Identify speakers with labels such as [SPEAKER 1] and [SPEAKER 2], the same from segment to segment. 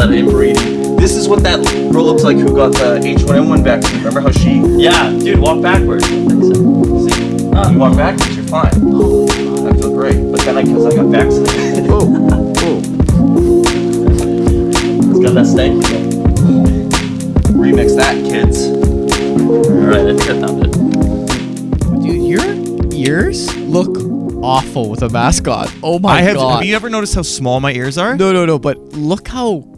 [SPEAKER 1] blood and breeding.
[SPEAKER 2] This is what that girl looks like who got the H1N1 vaccine. Remember how she
[SPEAKER 1] Yeah, dude, walk backward. See?
[SPEAKER 2] you walk backwards, you're fine. I feel great, but then I guess I got vaccinated.
[SPEAKER 3] Oh, oh.
[SPEAKER 1] It's got that stank.
[SPEAKER 2] Remix that, kids.
[SPEAKER 1] Alright, I think I found it.
[SPEAKER 3] Dude, your ears look awful with a mask on. Oh my
[SPEAKER 4] I have.
[SPEAKER 3] god.
[SPEAKER 4] Have you ever noticed how small my ears are?
[SPEAKER 3] no, no, no, but look how.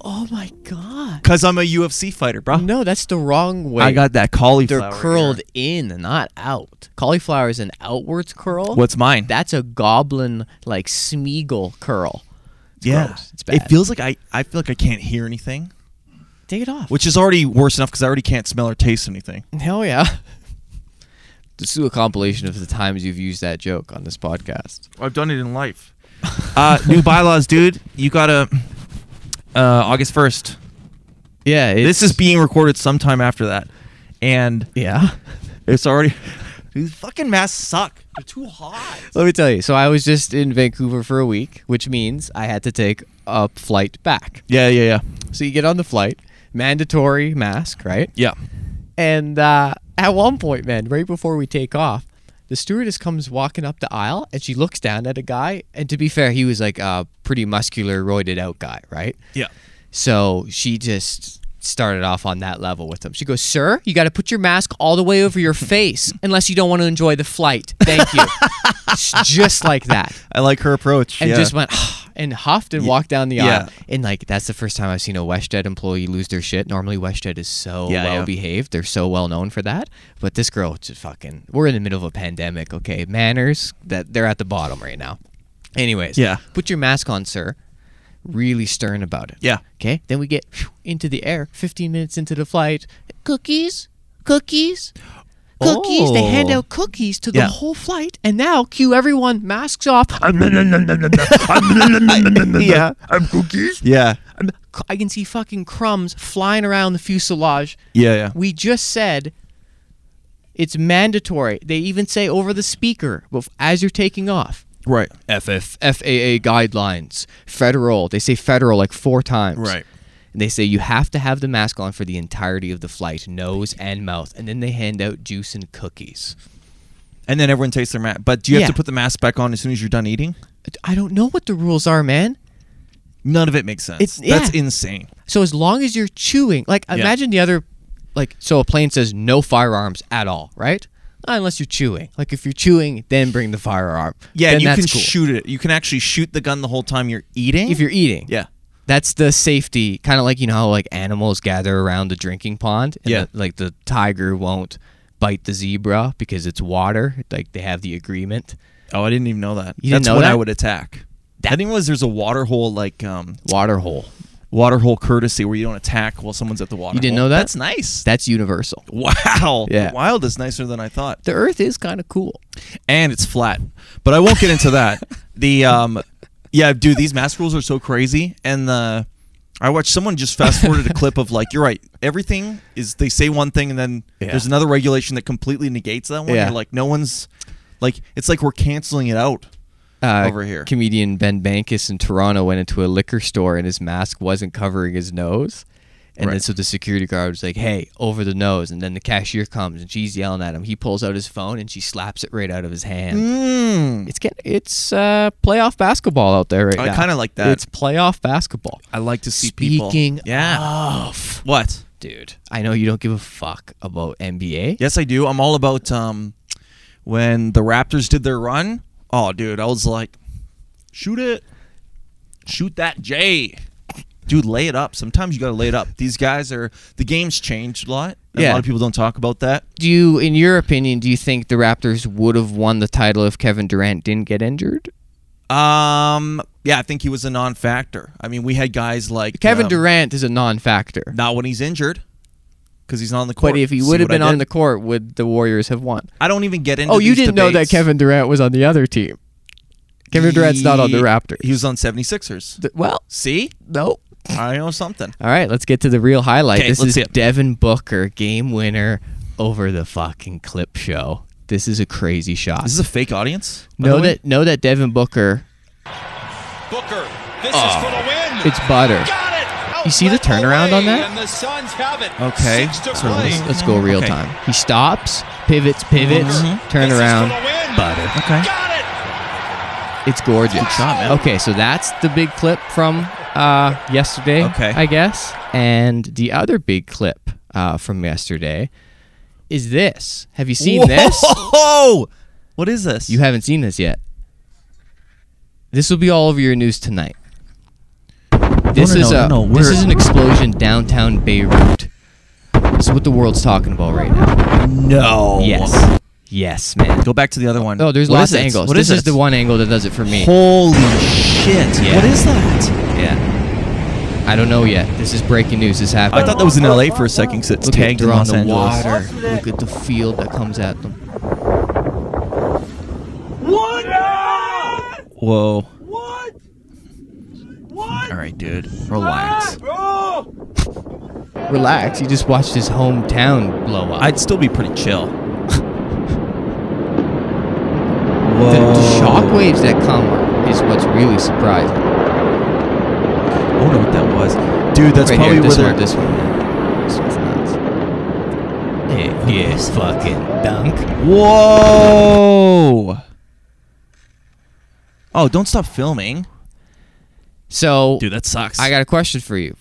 [SPEAKER 3] Oh my god.
[SPEAKER 4] Cause I'm a UFC fighter, bro.
[SPEAKER 3] No, that's the wrong way.
[SPEAKER 4] I got that cauliflower.
[SPEAKER 3] They're
[SPEAKER 4] ear.
[SPEAKER 3] curled in, not out. Cauliflower is an outwards curl.
[SPEAKER 4] What's mine?
[SPEAKER 3] That's a goblin like Smeagol curl.
[SPEAKER 4] yeah.
[SPEAKER 3] gross. It's
[SPEAKER 4] It
[SPEAKER 3] bad.
[SPEAKER 4] feels like I. I feel like I can't hear anything,
[SPEAKER 3] Take it off.
[SPEAKER 4] which is already worse enough because I already can't smell or taste anything.
[SPEAKER 3] Hell yeah. Just do a compilation of the times you've used that joke on this podcast.
[SPEAKER 4] I've done it in life. uh, new bylaws, dude. You gotta. Uh, August first.
[SPEAKER 3] Yeah.
[SPEAKER 4] This is being recorded sometime after that, and
[SPEAKER 3] Yeah.
[SPEAKER 4] it's already. These fucking masks suck. They're too hot.
[SPEAKER 3] Let me tell you. So I was just in Vancouver for a week, which means I had to take a flight back.
[SPEAKER 4] Yeah, yeah, yeah,
[SPEAKER 3] So you get on the flight, mandatory mask, right?
[SPEAKER 4] yeah.
[SPEAKER 3] And uh, at one point, man, right before we take off, the stewardess comes walking up the aisle and she looks down at a guy. And to be fair, he was like a pretty muscular, roided out guy, right?
[SPEAKER 4] Yeah.
[SPEAKER 3] So she just started off on that level with him. She goes, Sir, you got to put your mask all the way over your face unless you don't want to enjoy the flight. Thank you. S- just like that.
[SPEAKER 4] I like her approach.
[SPEAKER 3] And
[SPEAKER 4] yeah.
[SPEAKER 3] just went and huffed and walked down the
[SPEAKER 4] yeah.
[SPEAKER 3] aisle. And like that's the first time I've seen a WestJet employee lose their shit. Normally WestJet is so
[SPEAKER 4] Yeah,
[SPEAKER 3] well
[SPEAKER 4] yeah.
[SPEAKER 3] behaved. They're so well known for that. But this girl just fucking we're in the middle of a pandemic, okay? Manners that they're at the bottom right now. Anyways,
[SPEAKER 4] Yeah.
[SPEAKER 3] Put your mask on, sir. Really stern about it.
[SPEAKER 4] Yeah.
[SPEAKER 3] Okay. Then we get phew, into the air. Fifteen minutes into the flight, cookies, cookies, cookies. They hand
[SPEAKER 4] Oh.
[SPEAKER 3] out cookies to the
[SPEAKER 4] Yeah.
[SPEAKER 3] whole flight, and now cue everyone masks off.
[SPEAKER 4] yeah. I'm cookies. Yeah.
[SPEAKER 3] I can see fucking crumbs flying around the fuselage.
[SPEAKER 4] Yeah, yeah.
[SPEAKER 3] We just said it's mandatory. They even say over the speaker bef- as you're taking off.
[SPEAKER 4] Right.
[SPEAKER 3] FF, FAA guidelines, federal. They say federal like four times.
[SPEAKER 4] Right.
[SPEAKER 3] And they say you have to have the mask on for the entirety of the flight, nose and mouth. And then they hand out juice and cookies.
[SPEAKER 4] And then everyone takes their mask. But do you have
[SPEAKER 3] Yeah.
[SPEAKER 4] to put the mask back on as soon as you're done eating?
[SPEAKER 3] I don't know what the rules are, man.
[SPEAKER 4] None of it makes sense.
[SPEAKER 3] It's-
[SPEAKER 4] That's
[SPEAKER 3] yeah.
[SPEAKER 4] insane.
[SPEAKER 3] So as long as you're chewing, like imagine the other, like so a plane says no firearms at all, right? Not unless you're chewing. Like if you're chewing, then bring the firearm.
[SPEAKER 4] Yeah,
[SPEAKER 3] then
[SPEAKER 4] and you
[SPEAKER 3] that's
[SPEAKER 4] can
[SPEAKER 3] cool.
[SPEAKER 4] shoot it. You can actually shoot the gun the whole time you're eating.
[SPEAKER 3] if you're eating.
[SPEAKER 4] yeah.
[SPEAKER 3] That's the safety, kind of like you know how like animals gather around the drinking pond. And
[SPEAKER 4] Yeah.
[SPEAKER 3] the- like the tiger won't bite the zebra because it's water. Like they have the agreement.
[SPEAKER 4] Oh, I didn't even know that.
[SPEAKER 3] You didn't
[SPEAKER 4] That's
[SPEAKER 3] know
[SPEAKER 4] when I
[SPEAKER 3] that?
[SPEAKER 4] would attack. I didn't realize there's a water hole like um
[SPEAKER 3] Water hole.
[SPEAKER 4] water hole courtesy where you don't attack while someone's at the water.
[SPEAKER 3] You didn't
[SPEAKER 4] hole.
[SPEAKER 3] know that?
[SPEAKER 4] That's nice.
[SPEAKER 3] That's universal.
[SPEAKER 4] wow.
[SPEAKER 3] Yeah.
[SPEAKER 4] Wild is nicer than I thought.
[SPEAKER 3] The Earth is kind of cool.
[SPEAKER 4] and it's flat. But I won't get into that. the um, yeah, dude, these mask rules are so crazy. And the I watched someone just fast forwarded a clip of like, you're right. Everything is they say one thing and then
[SPEAKER 3] Yeah.
[SPEAKER 4] there's another regulation that completely negates that one.
[SPEAKER 3] Yeah.
[SPEAKER 4] You're like, no one's like, it's like we're canceling it out.
[SPEAKER 3] uh,
[SPEAKER 4] over here.
[SPEAKER 3] Comedian Ben Bankus in Toronto went into a liquor store and his mask wasn't covering his nose. And then
[SPEAKER 4] Right.
[SPEAKER 3] so the security guard was like, "Hey, over the nose!" And then the cashier comes and she's yelling at him. He pulls out his phone and she slaps it right out of his hand.
[SPEAKER 4] Mm.
[SPEAKER 3] It's getting, it's uh, playoff basketball out there right
[SPEAKER 4] I
[SPEAKER 3] now.
[SPEAKER 4] kinda like that.
[SPEAKER 3] It's playoff basketball.
[SPEAKER 4] I like to see people.
[SPEAKER 3] Speaking
[SPEAKER 4] Yeah.
[SPEAKER 3] of,
[SPEAKER 4] What?
[SPEAKER 3] dude, I know you don't give a fuck about NBA.
[SPEAKER 4] Yes, I do. I'm all about um, when the Raptors did their run. Oh, dude, I was like, shoot it, shoot that J, dude, lay it up. Sometimes you gotta lay it up. These guys are the game's changed a lot. and
[SPEAKER 3] Yeah.
[SPEAKER 4] a lot of people don't talk about that.
[SPEAKER 3] Do you, in your opinion, do you think the Raptors would have won the title if Kevin Durant didn't get injured?
[SPEAKER 4] Um, yeah, I think he was a non-factor. I mean, we had guys like
[SPEAKER 3] Kevin
[SPEAKER 4] um,
[SPEAKER 3] Durant is a non-factor.
[SPEAKER 4] not when he's injured, because he's not on the court.
[SPEAKER 3] But if he
[SPEAKER 4] See
[SPEAKER 3] would have
[SPEAKER 4] what I
[SPEAKER 3] been on
[SPEAKER 4] did?
[SPEAKER 3] the court, would the Warriors have won?
[SPEAKER 4] I don't even get into.
[SPEAKER 3] Oh, you
[SPEAKER 4] these
[SPEAKER 3] didn't know that
[SPEAKER 4] debates.
[SPEAKER 3] Kevin Durant was on the other team. Kevin Durant's not on the
[SPEAKER 4] He-
[SPEAKER 3] Raptors.
[SPEAKER 4] He was on 76ers.
[SPEAKER 3] Th- well,
[SPEAKER 4] See,
[SPEAKER 3] no.
[SPEAKER 4] I know something.
[SPEAKER 3] All right, let's get to the real highlight.
[SPEAKER 4] 'Kay,
[SPEAKER 3] This
[SPEAKER 4] let's
[SPEAKER 3] is
[SPEAKER 4] see it.
[SPEAKER 3] Devin Booker, game winner over the fucking clip show. This is a crazy shot.
[SPEAKER 4] This is a fake audience. by
[SPEAKER 3] know
[SPEAKER 4] the way?
[SPEAKER 3] that know that Devin Booker,
[SPEAKER 5] Booker, this is for the win.
[SPEAKER 4] Ah.
[SPEAKER 3] it's butter.
[SPEAKER 5] Got it.
[SPEAKER 3] You see the turnaround on that?
[SPEAKER 5] And the Suns have it.
[SPEAKER 4] Okay,
[SPEAKER 5] Six to
[SPEAKER 4] so
[SPEAKER 5] play.
[SPEAKER 4] this-
[SPEAKER 3] Let's, let's go real
[SPEAKER 4] Okay.
[SPEAKER 3] time. He stops, pivots, pivots,
[SPEAKER 4] Mhm.
[SPEAKER 3] turn
[SPEAKER 5] This is
[SPEAKER 3] around.
[SPEAKER 5] for the win.
[SPEAKER 4] Okay.
[SPEAKER 5] Got it.
[SPEAKER 3] It's gorgeous.
[SPEAKER 4] Good shot, man.
[SPEAKER 3] Okay, so that's the big clip from uh, yesterday,
[SPEAKER 4] Okay.
[SPEAKER 3] I guess. And the other big clip uh, from yesterday is this. Have you seen this?
[SPEAKER 4] Whoa! What is this?
[SPEAKER 3] You haven't seen this yet. This will be all over your news tonight. This
[SPEAKER 4] no,
[SPEAKER 3] is
[SPEAKER 4] no,
[SPEAKER 3] a
[SPEAKER 4] no,
[SPEAKER 3] this
[SPEAKER 4] we're-
[SPEAKER 3] is an explosion downtown Beirut. This is what the world's talking about right now.
[SPEAKER 4] no.
[SPEAKER 3] Yes, yes, man.
[SPEAKER 4] Go back to the other one.
[SPEAKER 3] Oh, there's
[SPEAKER 4] What
[SPEAKER 3] lots
[SPEAKER 4] is
[SPEAKER 3] of
[SPEAKER 4] it?
[SPEAKER 3] angles.
[SPEAKER 4] What
[SPEAKER 3] this is
[SPEAKER 4] it?
[SPEAKER 3] the one angle that does it for me.
[SPEAKER 4] Holy shit!
[SPEAKER 3] Yeah.
[SPEAKER 4] What is that?
[SPEAKER 3] Yeah. I don't know yet. This is breaking news. This happened.
[SPEAKER 4] I thought that was in L.A. for a second because it's
[SPEAKER 3] Look at,
[SPEAKER 4] tagged in
[SPEAKER 3] they're on
[SPEAKER 4] Los
[SPEAKER 3] the
[SPEAKER 4] Angeles.
[SPEAKER 3] water. Look at the field that comes at them.
[SPEAKER 4] Whoa. What? What? All right, dude. Relax.
[SPEAKER 3] Relax. You just watched his hometown blow up.
[SPEAKER 4] I'd still be pretty chill.
[SPEAKER 3] the,
[SPEAKER 4] Whoa.
[SPEAKER 3] the shockwaves that come is what's really surprising.
[SPEAKER 4] I don't know what that was, dude. That's
[SPEAKER 3] right
[SPEAKER 4] probably
[SPEAKER 3] here, this
[SPEAKER 4] where
[SPEAKER 3] one.
[SPEAKER 4] they're-
[SPEAKER 3] This one. yeah. This one's nuts. It is fucking dunk.
[SPEAKER 4] Whoa! Oh, don't stop filming,
[SPEAKER 3] So
[SPEAKER 4] That sucks.
[SPEAKER 3] I got a question for you.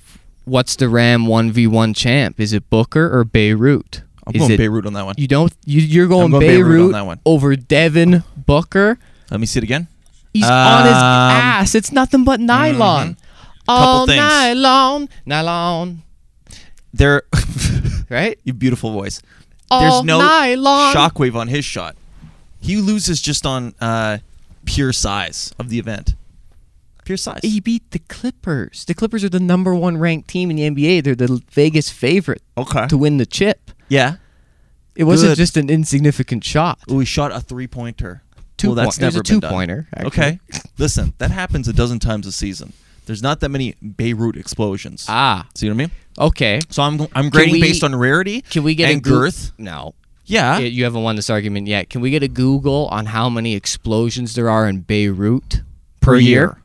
[SPEAKER 3] What's the Ram one v one champ? Is it Booker or Beirut?
[SPEAKER 4] I'm
[SPEAKER 3] is
[SPEAKER 4] going
[SPEAKER 3] it
[SPEAKER 4] Beirut on that one.
[SPEAKER 3] You don't. You, you're going,
[SPEAKER 4] going
[SPEAKER 3] Beirut,
[SPEAKER 4] Beirut on that one.
[SPEAKER 3] over Devin Booker.
[SPEAKER 4] Let me see it again.
[SPEAKER 3] He's on his
[SPEAKER 4] Um, mm-hmm.
[SPEAKER 3] ass. It's nothing but nylon. All
[SPEAKER 4] things.
[SPEAKER 3] nylon, nylon,
[SPEAKER 4] There,
[SPEAKER 3] right?
[SPEAKER 4] you beautiful voice.
[SPEAKER 3] All
[SPEAKER 4] There's no
[SPEAKER 3] nylon.
[SPEAKER 4] shockwave on his shot. He loses just on uh, pure size of the event. Pure size.
[SPEAKER 3] He beat the Clippers. The Clippers are the number one ranked team in the NBA. They're the Vegas favorite
[SPEAKER 4] Okay.
[SPEAKER 3] to win the chip.
[SPEAKER 4] Yeah.
[SPEAKER 3] It wasn't
[SPEAKER 4] Good.
[SPEAKER 3] just an insignificant shot.
[SPEAKER 4] Oh, he shot a three pointer.
[SPEAKER 3] Two
[SPEAKER 4] well, that's
[SPEAKER 3] point- it was
[SPEAKER 4] never
[SPEAKER 3] a
[SPEAKER 4] been done.
[SPEAKER 3] two-pointer, actually.
[SPEAKER 4] Okay. Listen, that happens a dozen times a season. There's not that many Beirut explosions.
[SPEAKER 3] Ah,
[SPEAKER 4] See what I mean?
[SPEAKER 3] okay.
[SPEAKER 4] So I'm I'm grading
[SPEAKER 3] we-
[SPEAKER 4] based on rarity.
[SPEAKER 3] Can we get
[SPEAKER 4] and
[SPEAKER 3] a Goo-
[SPEAKER 4] girth?
[SPEAKER 3] No.
[SPEAKER 4] Yeah.
[SPEAKER 3] Yeah, You haven't won this argument yet. Can we get a Google on how many explosions there are in Beirut per, year?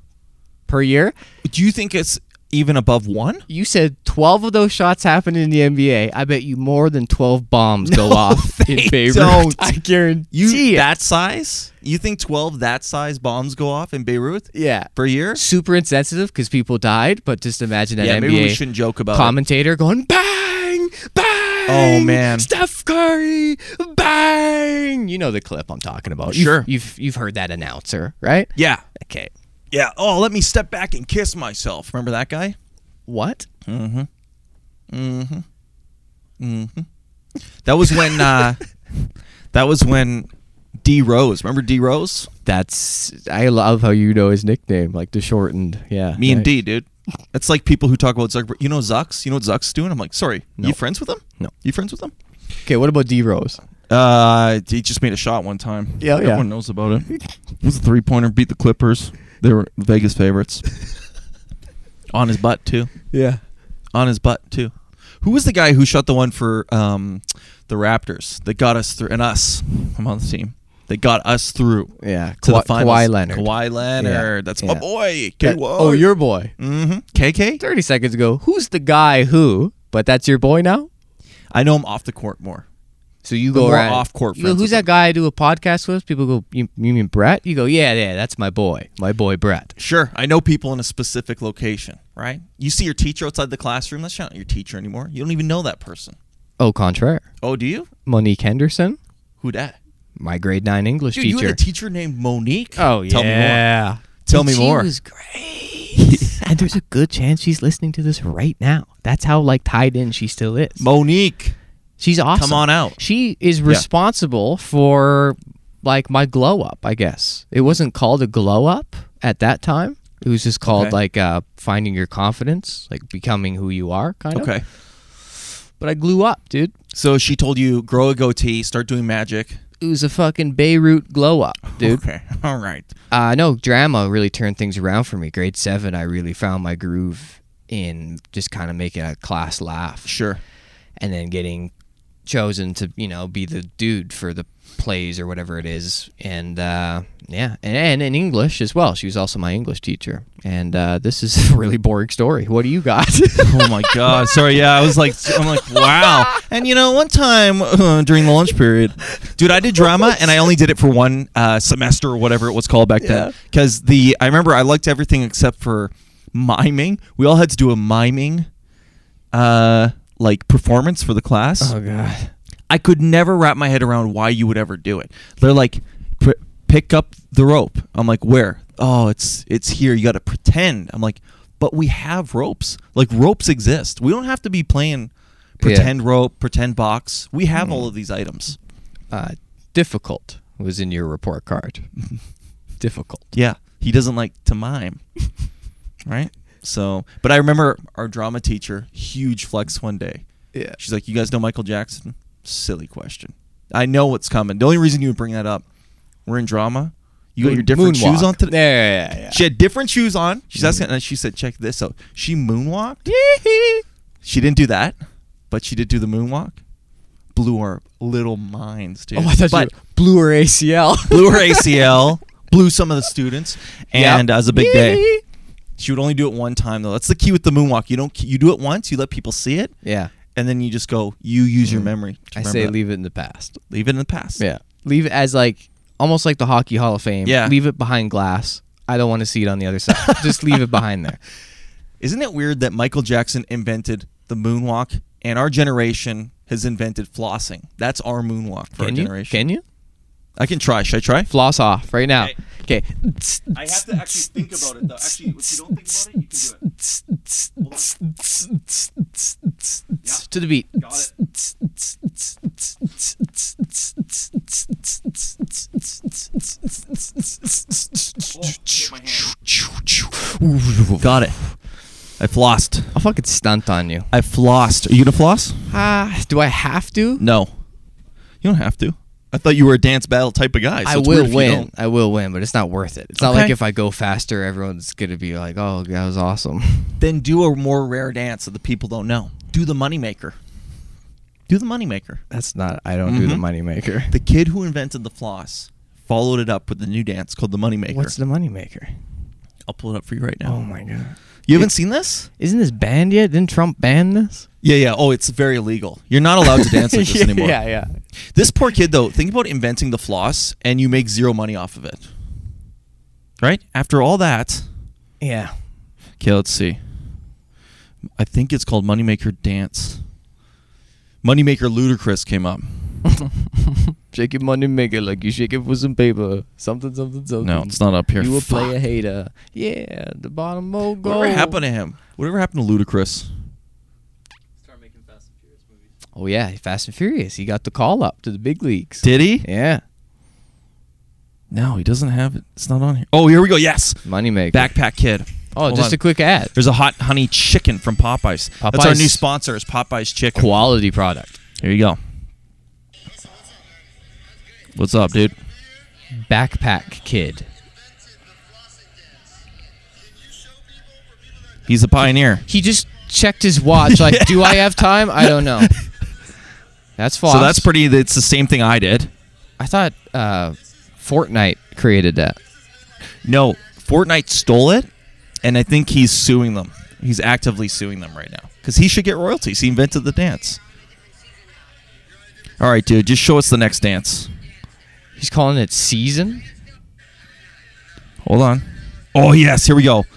[SPEAKER 3] Per year?
[SPEAKER 4] Do you think it's even above one?
[SPEAKER 3] You said 12 of those shots happened in the NBA. I bet you more than 12 bombs go off
[SPEAKER 4] they
[SPEAKER 3] in Beirut.
[SPEAKER 4] don't.
[SPEAKER 3] I guarantee
[SPEAKER 4] You
[SPEAKER 3] it.
[SPEAKER 4] that size? You think twelve that size bombs go off in Beirut
[SPEAKER 3] yeah.
[SPEAKER 4] per year?
[SPEAKER 3] Super insensitive because people died, but just imagine an
[SPEAKER 4] Yeah,
[SPEAKER 3] NBA
[SPEAKER 4] maybe we shouldn't joke about it.
[SPEAKER 3] commentator going bang, bang.
[SPEAKER 4] Oh, man.
[SPEAKER 3] Steph Curry, bang. You know the clip I'm talking about. You've-
[SPEAKER 4] Sure.
[SPEAKER 3] you've you've heard that announcer, right?
[SPEAKER 4] Yeah.
[SPEAKER 3] Okay.
[SPEAKER 4] Yeah. Oh, let me step back and kiss myself. Remember that guy?
[SPEAKER 3] What?
[SPEAKER 4] That was when. uh That was when D Rose. Remember D Rose?
[SPEAKER 3] That's I love how you know his nickname, like the shortened. Yeah.
[SPEAKER 4] Me and
[SPEAKER 3] right.
[SPEAKER 4] D, dude. That's like people who talk about Zuckerberg. You know Zucks? You know what Zucks doing? I'm like, sorry. You friends with him?
[SPEAKER 3] No.
[SPEAKER 4] You friends with him?
[SPEAKER 3] Okay, what about D Rose?
[SPEAKER 4] Uh, he just made a shot one time.
[SPEAKER 3] Yeah, yeah.
[SPEAKER 4] everyone knows about it. It was a three pointer. Beat the Clippers. They were Vegas favorites. On his butt too.
[SPEAKER 3] Yeah.
[SPEAKER 4] On his butt too. Who was the guy who shot the one for um, the Raptors that got us through? And us, I'm on the team. That got us through.
[SPEAKER 3] Yeah,
[SPEAKER 4] to
[SPEAKER 3] Kawhi-
[SPEAKER 4] the finals.
[SPEAKER 3] Kawhi Leonard.
[SPEAKER 4] Kawhi Leonard. That's my
[SPEAKER 3] yeah.
[SPEAKER 4] boy.
[SPEAKER 3] That-
[SPEAKER 4] KY.
[SPEAKER 3] oh, your boy.
[SPEAKER 4] hmm KK.
[SPEAKER 3] 30 seconds ago, who's the guy who, but that's your boy now?
[SPEAKER 4] I know him off the court more.
[SPEAKER 3] So you go
[SPEAKER 4] more
[SPEAKER 3] around.
[SPEAKER 4] off-court
[SPEAKER 3] you go,
[SPEAKER 4] friends
[SPEAKER 3] who's
[SPEAKER 4] with
[SPEAKER 3] that
[SPEAKER 4] him.
[SPEAKER 3] guy I do a podcast with? People go, you, you mean Brett? You go, yeah, yeah, that's my boy. My boy, Brett.
[SPEAKER 4] Sure, I know people in a specific location, right? You see your teacher outside the classroom. That's not your teacher anymore. You don't even know that person.
[SPEAKER 3] Au contraire.
[SPEAKER 4] Oh, do you?
[SPEAKER 3] Monique Henderson,
[SPEAKER 4] Who dat?
[SPEAKER 3] my grade nine English
[SPEAKER 4] Dude, you
[SPEAKER 3] teacher.
[SPEAKER 4] had a teacher named Monique.
[SPEAKER 3] oh,
[SPEAKER 4] Tell me more.
[SPEAKER 3] yeah.
[SPEAKER 4] Tell
[SPEAKER 3] And
[SPEAKER 4] me
[SPEAKER 3] she
[SPEAKER 4] more.
[SPEAKER 3] was great. and there's a good chance she's listening to this right now. That's how like tied in she still is.
[SPEAKER 4] Monique.
[SPEAKER 3] She's awesome.
[SPEAKER 4] on out.
[SPEAKER 3] She is responsible for like my glow up, I guess. It wasn't called a glow up at that time. It was just called
[SPEAKER 4] Okay.
[SPEAKER 3] like uh, finding your confidence, like becoming who you are, kind of.
[SPEAKER 4] Okay.
[SPEAKER 3] But I glue up, dude.
[SPEAKER 4] So she told you grow a goatee, start doing magic.
[SPEAKER 3] It was a fucking Beirut glow up, dude.
[SPEAKER 4] Okay. All right.
[SPEAKER 3] Uh, no, drama really turned things around for me. Grade seven, I really found my groove in just kind of making a class laugh.
[SPEAKER 4] Sure.
[SPEAKER 3] and then getting chosen to you know be the dude for the plays or whatever it is and uh, yeah and, and in english as well she was also my english teacher and uh, this is a really boring story what do you got
[SPEAKER 4] oh my god sorry yeah i was like i'm like wow and you know one time uh, during the lunch period dude i did drama and i only did it for one uh, semester or whatever it was called back then because the i remember i liked everything except for miming we all had to do a miming uh like performance for the
[SPEAKER 3] Oh,
[SPEAKER 4] class
[SPEAKER 3] god
[SPEAKER 4] I could never wrap my head around why you would ever do it. They're like, "P- pick up the rope. I'm like, where? Oh, it's it's here. You got to pretend. I'm like, but we have ropes. Like ropes exist. We don't have to be playing pretend rope, pretend box. We have all of these items.
[SPEAKER 3] uh, difficult was in your report card difficult
[SPEAKER 4] Yeah, he doesn't like to mime, right? So, but I remember our drama teacher, huge flex one day.
[SPEAKER 3] yeah
[SPEAKER 4] She's like, "You guys know Michael Jackson?" Silly question. I know what's coming. The only reason you would bring that up, we're in drama. You got your different shoes on today.
[SPEAKER 3] yeah, yeah, Mm-hmm. yeah.
[SPEAKER 4] She had different shoes on. She's asking, and she said, "Check this out." She moonwalked. she didn't do that, but she did do the moonwalk. Blew our little minds, dude.
[SPEAKER 3] oh i thought
[SPEAKER 4] but
[SPEAKER 3] you blew her acl
[SPEAKER 4] blew her ACL, blew some of the students, and that was a big day. She would only do it one time though. That's the key with the moonwalk. You don't. You do it once. You let people see it
[SPEAKER 3] yeah Mm-hmm.
[SPEAKER 4] and then you just go you use your memory to
[SPEAKER 3] i
[SPEAKER 4] remember
[SPEAKER 3] say
[SPEAKER 4] that.
[SPEAKER 3] leave it in the past
[SPEAKER 4] leave it in the past
[SPEAKER 3] Yeah. Leave it as like almost like the hockey hall of fame.
[SPEAKER 4] Yeah.
[SPEAKER 3] Leave it behind glass. I don't want to see it on the other side. Just leave it behind there.
[SPEAKER 4] isn't it weird that michael jackson invented the moonwalk and our generation has invented flossing that's our moonwalk
[SPEAKER 3] Can
[SPEAKER 4] for our
[SPEAKER 3] you?
[SPEAKER 4] generation
[SPEAKER 3] Can you?
[SPEAKER 4] i can try should i try
[SPEAKER 3] Floss off right now. Okay.
[SPEAKER 2] I have to actually think about it, though. Actually, if you don't think about it, you can do it.
[SPEAKER 3] To the beat.
[SPEAKER 2] Got it. Oh, hit my hand.
[SPEAKER 4] got it i flossed
[SPEAKER 3] I'll fucking stunt on you.
[SPEAKER 4] i flossed are you gonna floss
[SPEAKER 3] Ah, do I have to?
[SPEAKER 4] no you don't have to i thought you were a dance battle type of guy so
[SPEAKER 3] I
[SPEAKER 4] it's weird
[SPEAKER 3] will
[SPEAKER 4] if you
[SPEAKER 3] win.
[SPEAKER 4] don't.
[SPEAKER 3] I will win, but it's not worth it. It's not
[SPEAKER 4] Okay.
[SPEAKER 3] like if I go faster, everyone's gonna be like, "Oh, that was awesome."
[SPEAKER 4] then do a more rare dance that the people don't know do the moneymaker do the moneymaker
[SPEAKER 3] That's not. I don't do the moneymaker.
[SPEAKER 4] Mm-hmm. The kid who invented the floss followed it up with a new dance called the Moneymaker.
[SPEAKER 3] What's the moneymaker?
[SPEAKER 4] I'll pull it up for you right now.
[SPEAKER 3] Oh my god.
[SPEAKER 4] You haven't seen this?
[SPEAKER 3] Isn't this banned yet? Didn't Trump ban this?
[SPEAKER 4] Yeah, yeah. Oh, it's very illegal. You're not allowed to dance like this anymore.
[SPEAKER 3] Yeah, yeah.
[SPEAKER 4] This poor kid, though, think about inventing the floss and you make zero money off of it. Right? After all that.
[SPEAKER 3] Yeah.
[SPEAKER 4] Okay, let's see. I think it's called Moneymaker Dance. Moneymaker Ludicrous came up.
[SPEAKER 3] Shake your money maker like you shake it for some paper. Something, something, something.
[SPEAKER 4] No, it's not up here.
[SPEAKER 3] You a
[SPEAKER 4] Fuck.
[SPEAKER 3] player hater. Yeah, the bottom will go.
[SPEAKER 4] Whatever happened to him? Whatever happened to Ludicrous?
[SPEAKER 1] Start making Fast and Furious movies.
[SPEAKER 3] Oh yeah, Fast and Furious. He got the call up to the big leagues.
[SPEAKER 4] Did he?
[SPEAKER 3] yeah.
[SPEAKER 4] No, he doesn't have it. It's not on here. Oh, here we go. Yes.
[SPEAKER 3] Moneymaker.
[SPEAKER 4] Backpack Kid.
[SPEAKER 3] Oh,
[SPEAKER 4] Hold
[SPEAKER 3] just
[SPEAKER 4] on.
[SPEAKER 3] a quick ad.
[SPEAKER 4] There's a hot honey chicken from Popeyes. That's our
[SPEAKER 3] Popeyes.
[SPEAKER 4] new sponsor is Popeyes Chicken.
[SPEAKER 3] Quality product.
[SPEAKER 4] Here you go. What's up, dude?
[SPEAKER 3] Backpack kid.
[SPEAKER 4] He's a pioneer.
[SPEAKER 3] He just checked his watch. Like, do I have time? I don't know. That's false.
[SPEAKER 4] So that's pretty. It's the same thing I did.
[SPEAKER 3] I thought uh, Fortnite created that.
[SPEAKER 4] No, Fortnite stole it, and I think he's suing them. He's actively suing them right now because he should get royalties. He invented the dance. All right, dude, just show us the next dance.
[SPEAKER 3] He's calling it season.
[SPEAKER 4] Hold on. Oh yes, here we go.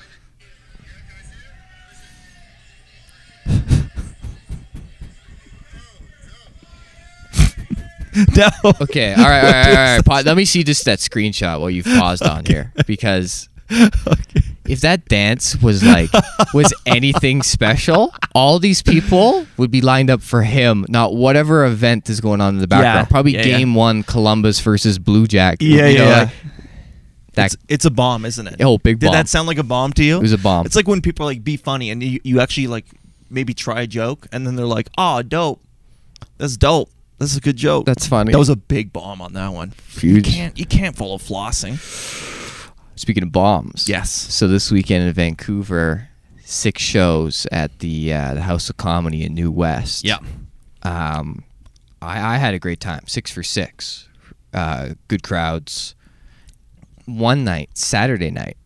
[SPEAKER 4] no.
[SPEAKER 3] Okay, all right, all right, all right. all right. Pa- Let me see just that screenshot while you've paused on here because if that dance was like was anything special, all these people would be lined up for him, not whatever event is going on in the background.
[SPEAKER 4] Yeah,
[SPEAKER 3] Probably
[SPEAKER 4] yeah,
[SPEAKER 3] game one, Columbus versus Blue Jack.
[SPEAKER 4] Yeah,
[SPEAKER 3] you know,
[SPEAKER 4] yeah.
[SPEAKER 3] like, that
[SPEAKER 4] It's, it's a bomb, isn't it?
[SPEAKER 3] Oh, big
[SPEAKER 4] Did
[SPEAKER 3] bomb.
[SPEAKER 4] that sound like a bomb to you? It
[SPEAKER 3] was a bomb.
[SPEAKER 4] It's like when people are like, "Be funny," and you, you actually like maybe try a joke, and then they're like, "Oh, dope. That's dope. That's a good joke.
[SPEAKER 3] That's funny.
[SPEAKER 4] That was a big bomb on that one.
[SPEAKER 3] huge.
[SPEAKER 4] You can't you can't follow flossing.
[SPEAKER 3] Speaking of bombs,
[SPEAKER 4] Yes.
[SPEAKER 3] So this weekend in Vancouver, six shows at the uh, the House of Comedy in New West. Um, I, I had a great time. Six for six, uh, good crowds. One night, Saturday night,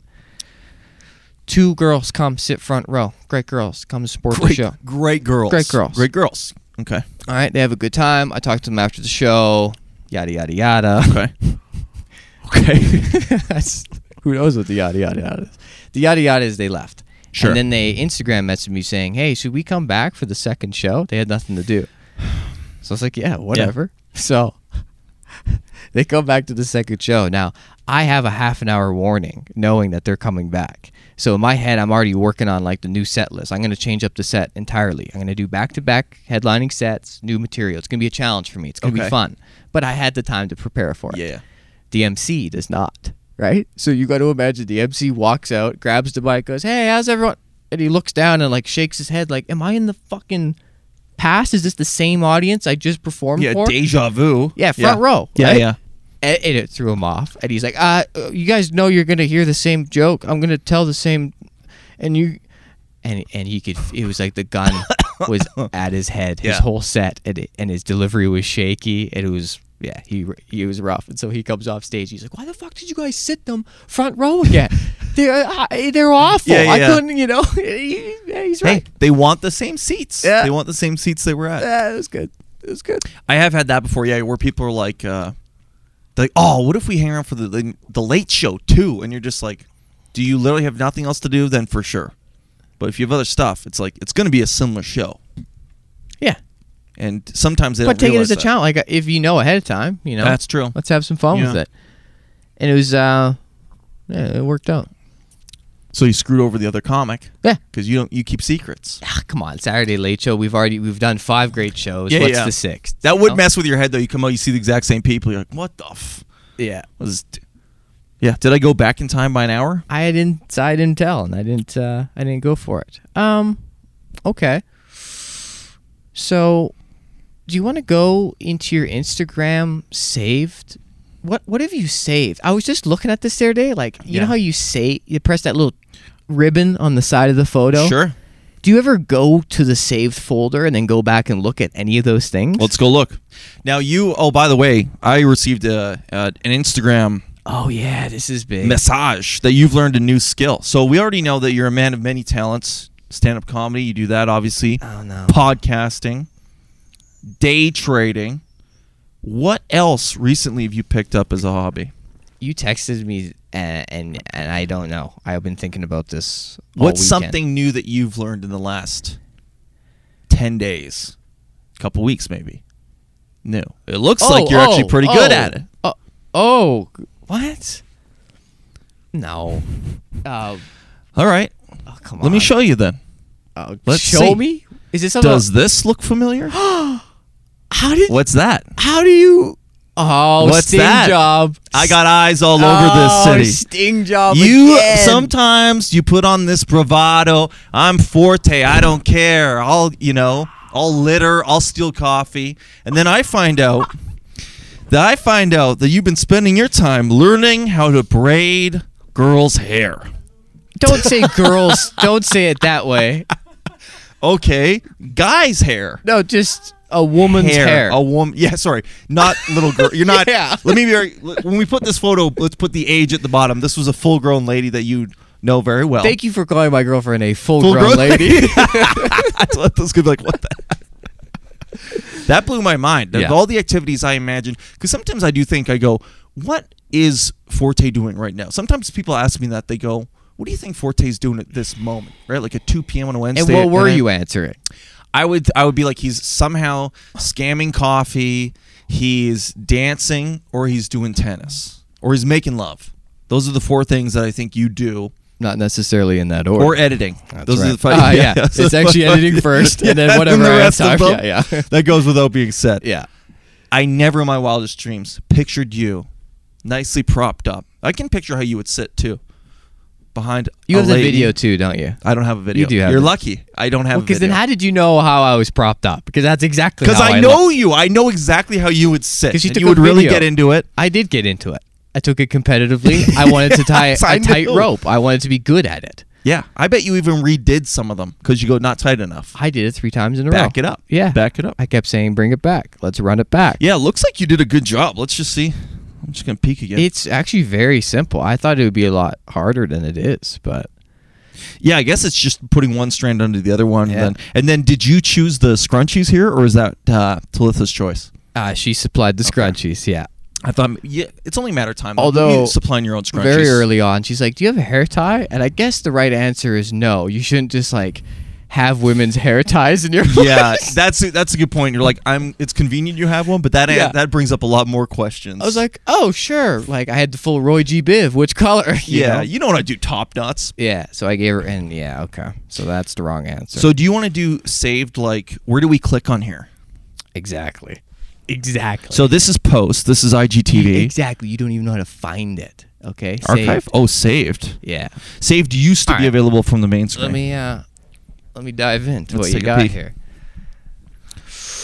[SPEAKER 3] two girls come sit front row. Great girls come support the
[SPEAKER 4] Great,
[SPEAKER 3] show.
[SPEAKER 4] great girls.
[SPEAKER 3] Great girls.
[SPEAKER 4] Great girls. Okay.
[SPEAKER 3] All right, they have a good time. I talked to them after the show. Yada yada yada.
[SPEAKER 4] Okay. okay.
[SPEAKER 3] That's- who knows what the yada yada yada is. The yada yada is they left.
[SPEAKER 4] Sure.
[SPEAKER 3] And then they Instagram messaged me saying, "Hey, should we come back for the second show?" They had nothing to do. So I was like, "Yeah, whatever." So they come back to the second show. Now I have a half an hour warning, knowing that they're coming back. So in my head, I'm already working on like the new set list. I'm going to change up the set entirely. I'm going to do back to back headlining sets, new material. It's going to be a challenge for me. It's going to
[SPEAKER 4] Okay.
[SPEAKER 3] be fun. But I had the time to prepare for it.
[SPEAKER 4] Yeah.
[SPEAKER 3] The MC does not, right? So you got to imagine the MC walks out, grabs the mic, goes, "Hey, how's everyone?" And he looks down and like shakes his head, like, "Am I in the fucking past? Is this the same audience I just performed
[SPEAKER 4] Yeah.
[SPEAKER 3] for?"
[SPEAKER 4] Deja vu.
[SPEAKER 3] yeah, front row.
[SPEAKER 4] Yeah.
[SPEAKER 3] right?
[SPEAKER 4] Yeah.
[SPEAKER 3] And, and it threw him off. And he's like, uh, uh, "You guys know you're gonna hear the same joke. I'm gonna tell the same." And you, and and he could. It was like the gun was at his head. His
[SPEAKER 4] Yeah.
[SPEAKER 3] whole set and it, and his delivery was shaky. And it was yeah. He he was rough. And so he comes off stage. He's like, "Why the fuck did you guys sit them front row again? they're uh, I, they're awful.
[SPEAKER 4] Yeah, yeah,
[SPEAKER 3] I
[SPEAKER 4] yeah.
[SPEAKER 3] couldn't. You know." He- he's
[SPEAKER 4] Hey,
[SPEAKER 3] right.
[SPEAKER 4] they want the same seats.
[SPEAKER 3] Yeah.
[SPEAKER 4] They want the same seats they were at.
[SPEAKER 3] Yeah, it was good. It was good.
[SPEAKER 4] I have had that before, yeah, where people are like, uh, they're like, oh, what if we hang around for the, the the late show too? And you're just like, do you literally have nothing else to do? Then for sure. But if you have other stuff, it's like it's going to be a similar show.
[SPEAKER 3] Yeah.
[SPEAKER 4] And sometimes they
[SPEAKER 3] But
[SPEAKER 4] don't
[SPEAKER 3] take it as
[SPEAKER 4] realize
[SPEAKER 3] a
[SPEAKER 4] that.
[SPEAKER 3] challenge. Like if you know ahead of time, you know
[SPEAKER 4] That's true.
[SPEAKER 3] Let's have some fun with
[SPEAKER 4] Yeah.
[SPEAKER 3] it. And it was, uh, yeah, it worked out.
[SPEAKER 4] So you screwed over the other comic.
[SPEAKER 3] Yeah.
[SPEAKER 4] Because you don't you keep secrets.
[SPEAKER 3] Ah, come on, Saturday Late Show. We've already we've done five great shows.
[SPEAKER 4] Yeah,
[SPEAKER 3] What's
[SPEAKER 4] yeah.
[SPEAKER 3] the sixth?
[SPEAKER 4] That would
[SPEAKER 3] No?
[SPEAKER 4] mess with your head though. You come out, you see the exact same people. You're like, what the f?
[SPEAKER 3] Yeah,
[SPEAKER 4] Was yeah? Did I go back in time by an hour?
[SPEAKER 3] I didn't. I didn't tell, and I didn't. Uh, I didn't go for it. Um, okay. So, do you want to go into your Instagram saved? What What have you saved? I was just looking at this the other day. Like, you
[SPEAKER 4] Yeah.
[SPEAKER 3] know how you say you press that little ribbon on the side of the photo.
[SPEAKER 4] Sure.
[SPEAKER 3] Do you ever go to the saved folder and then go back and look at any of those things?
[SPEAKER 4] Let's go look. Now you. Oh, by the way, I received a, uh, an Instagram
[SPEAKER 3] oh yeah, this is big.
[SPEAKER 4] message that you've learned a new skill. So we already know that you're a man of many talents. Stand up comedy, you do that obviously.
[SPEAKER 3] oh no.
[SPEAKER 4] Podcasting, day trading. What else recently have you picked up as a hobby?
[SPEAKER 3] You texted me and, and and I don't know. I've been thinking about this. all
[SPEAKER 4] What's
[SPEAKER 3] weekend.
[SPEAKER 4] something new that you've learned in the last ten days, couple weeks maybe? New. It looks
[SPEAKER 3] Oh,
[SPEAKER 4] like you're actually
[SPEAKER 3] oh,
[SPEAKER 4] pretty good
[SPEAKER 3] oh,
[SPEAKER 4] at it.
[SPEAKER 3] Oh, oh, what? No. Uh,
[SPEAKER 4] All right,
[SPEAKER 3] oh, come on.
[SPEAKER 4] let me show you then.
[SPEAKER 3] Uh,
[SPEAKER 4] let's
[SPEAKER 3] show
[SPEAKER 4] see.
[SPEAKER 3] me. Is this something?
[SPEAKER 4] Does this look familiar?
[SPEAKER 3] how did?
[SPEAKER 4] What's that?
[SPEAKER 3] How do you? Oh,
[SPEAKER 4] What's
[SPEAKER 3] sting
[SPEAKER 4] that?
[SPEAKER 3] job.
[SPEAKER 4] I got eyes all over
[SPEAKER 3] Oh,
[SPEAKER 4] this city.
[SPEAKER 3] Sting job.
[SPEAKER 4] You
[SPEAKER 3] again.
[SPEAKER 4] sometimes you put on this bravado. I'm forte. I don't care. I'll you know I'll litter. I'll steal coffee, and then I find out that I find out that you've been spending your time learning how to braid girls' hair.
[SPEAKER 3] Don't say girls. don't say it that way.
[SPEAKER 4] Okay, guys' hair.
[SPEAKER 3] No, just a woman's hair.
[SPEAKER 4] A woman. Yeah, sorry. Not little girl. You're not.
[SPEAKER 3] Yeah.
[SPEAKER 4] Let me be. very- When we put this photo, let's put the age at the bottom. This was a full-grown lady that you know very well.
[SPEAKER 3] Thank you for calling my girlfriend a full-grown
[SPEAKER 4] full-grown
[SPEAKER 3] lady.
[SPEAKER 4] I thought this could be like what the. that blew my mind. Of
[SPEAKER 3] Yeah.
[SPEAKER 4] all the activities I imagine, because sometimes I do think I go, "What is Forte doing right now?" Sometimes people ask me that. They go, "What do you think Forte's doing at this moment?" Right, like at two p.m. on a Wednesday.
[SPEAKER 3] And what were
[SPEAKER 4] I-
[SPEAKER 3] you answering?
[SPEAKER 4] I would I would be like he's somehow scamming coffee, he's dancing, or he's doing tennis, or he's making love. Those are the four things that I think you do.
[SPEAKER 3] Not necessarily in that order.
[SPEAKER 4] Or editing.
[SPEAKER 3] That's
[SPEAKER 4] Those
[SPEAKER 3] right.
[SPEAKER 4] are the five.
[SPEAKER 3] Ah, yeah. It's actually editing first, and then whatever I have time. Yeah, yeah.
[SPEAKER 4] That goes without being said.
[SPEAKER 3] yeah.
[SPEAKER 4] I never in my wildest dreams pictured you nicely propped up. I can picture how you would sit too, behind.
[SPEAKER 3] You
[SPEAKER 4] a
[SPEAKER 3] have the
[SPEAKER 4] lady.
[SPEAKER 3] video too, don't you?
[SPEAKER 4] I don't have a video.
[SPEAKER 3] do have
[SPEAKER 4] You're
[SPEAKER 3] it.
[SPEAKER 4] lucky. I don't have. a
[SPEAKER 3] Because then,
[SPEAKER 4] video.
[SPEAKER 3] how did you know how I was propped up? Because that's exactly
[SPEAKER 4] Because
[SPEAKER 3] how
[SPEAKER 4] I, know you. I know exactly how you would sit.
[SPEAKER 3] 'Cause you
[SPEAKER 4] and
[SPEAKER 3] took
[SPEAKER 4] you
[SPEAKER 3] a
[SPEAKER 4] would really
[SPEAKER 3] video.
[SPEAKER 4] get into it.
[SPEAKER 3] I did get into it. I took it competitively. I wanted to tie
[SPEAKER 4] Yes,
[SPEAKER 3] a
[SPEAKER 4] I
[SPEAKER 3] tight
[SPEAKER 4] know.
[SPEAKER 3] rope. I wanted to be good at it.
[SPEAKER 4] Yeah, I bet you even redid some of them because you go not tight enough.
[SPEAKER 3] I did it three times in a row.
[SPEAKER 4] Back it up.
[SPEAKER 3] Yeah.
[SPEAKER 4] back it up.
[SPEAKER 3] I kept saying, bring it back. Let's run it back.
[SPEAKER 4] Yeah, looks like you did a good job. Let's just see. I'm just gonna peek again.
[SPEAKER 3] It's actually very simple. I thought it would be a lot harder than it is, but
[SPEAKER 4] yeah, I guess it's just putting one strand under the other one.
[SPEAKER 3] Yeah.
[SPEAKER 4] And then, and then did you choose the scrunchies here, or is that uh, Talitha's choice?
[SPEAKER 3] uh, she supplied the scrunchies. Yeah.
[SPEAKER 4] I thought yeah, it's only a matter of time.
[SPEAKER 3] Although,
[SPEAKER 4] you supplying your own scrunchies
[SPEAKER 3] Very early on, she's like, Do you have a hair tie? And I guess the right answer is no. You shouldn't just like have women's hair ties in your
[SPEAKER 4] Yeah,
[SPEAKER 3] place.
[SPEAKER 4] that's a, that's a good point. You're like, I'm. It's convenient you have one, but that
[SPEAKER 3] Yeah.
[SPEAKER 4] that brings up a lot more questions.
[SPEAKER 3] I was like, Oh, sure. Like I had the full Roy G. Biv. Which color? You
[SPEAKER 4] yeah,
[SPEAKER 3] know?
[SPEAKER 4] you don't want to do top knots.
[SPEAKER 3] Yeah. So I gave her, and yeah, okay. So that's the wrong answer.
[SPEAKER 4] So do you want to do saved? Like, where do we click on here?
[SPEAKER 3] exactly. Exactly.
[SPEAKER 4] So this is post. This is IGTV
[SPEAKER 3] Exactly. You don't even know how to find it. Okay.
[SPEAKER 4] archive.
[SPEAKER 3] Saved.
[SPEAKER 4] Oh, saved.
[SPEAKER 3] Yeah.
[SPEAKER 4] Saved used to
[SPEAKER 3] All
[SPEAKER 4] be
[SPEAKER 3] right.
[SPEAKER 4] available from the main screen.
[SPEAKER 3] Let me uh, let me dive into
[SPEAKER 4] Let's
[SPEAKER 3] what you
[SPEAKER 4] take a
[SPEAKER 3] got
[SPEAKER 4] peek.
[SPEAKER 3] here.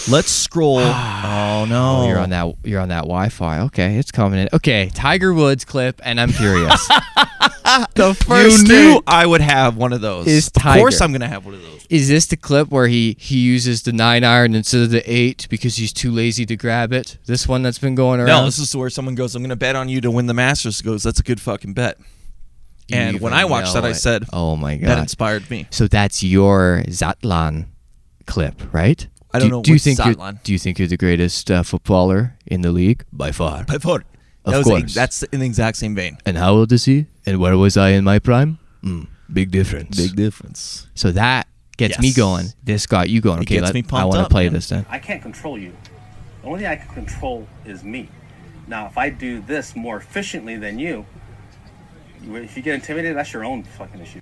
[SPEAKER 4] Let's scroll. oh no,
[SPEAKER 3] Oh, you're on that. You're on that Wi-Fi. Okay, it's coming in. Okay, Tiger Woods clip, and I'm furious. the
[SPEAKER 4] You
[SPEAKER 3] first
[SPEAKER 4] knew
[SPEAKER 3] thing-
[SPEAKER 4] I would have one of those.
[SPEAKER 3] is
[SPEAKER 4] of course,
[SPEAKER 3] Tiger.
[SPEAKER 4] I'm gonna have one of those.
[SPEAKER 3] is this the clip where he he uses the nine iron instead of the eight because he's too lazy to grab it? This one that's been going around.
[SPEAKER 4] No, this is where someone goes, "I'm gonna bet on you to win the Masters." Goes, "That's a good fucking bet."
[SPEAKER 3] You
[SPEAKER 4] And when
[SPEAKER 3] even
[SPEAKER 4] I watched
[SPEAKER 3] know
[SPEAKER 4] that, I
[SPEAKER 3] it.
[SPEAKER 4] said,
[SPEAKER 3] "Oh my
[SPEAKER 4] "That
[SPEAKER 3] god!"
[SPEAKER 4] inspired me."
[SPEAKER 3] so that's your Zatlan clip, right?
[SPEAKER 4] I don't
[SPEAKER 3] do,
[SPEAKER 4] know
[SPEAKER 3] Do you
[SPEAKER 4] what's
[SPEAKER 3] think you're,
[SPEAKER 4] Zatlan.
[SPEAKER 3] do you think you're the greatest uh, footballer in the league by far?
[SPEAKER 4] By vote.
[SPEAKER 3] Of
[SPEAKER 4] That was the-
[SPEAKER 3] course.
[SPEAKER 4] that's in the exact same vein.
[SPEAKER 3] And how old is he? And where was I in my prime? Mm, big difference.
[SPEAKER 4] difference.
[SPEAKER 3] So that gets
[SPEAKER 4] Yes.
[SPEAKER 3] me going. This got you going.
[SPEAKER 4] It
[SPEAKER 3] Okay,
[SPEAKER 4] gets
[SPEAKER 3] let-
[SPEAKER 4] me
[SPEAKER 3] I
[SPEAKER 4] pumped
[SPEAKER 3] want to
[SPEAKER 4] up,
[SPEAKER 3] play
[SPEAKER 4] man.
[SPEAKER 3] this then.
[SPEAKER 5] I can't control you. The only thing I can control is me. Now, if I do this more efficiently than you, if you get intimidated, that's your own fucking issue.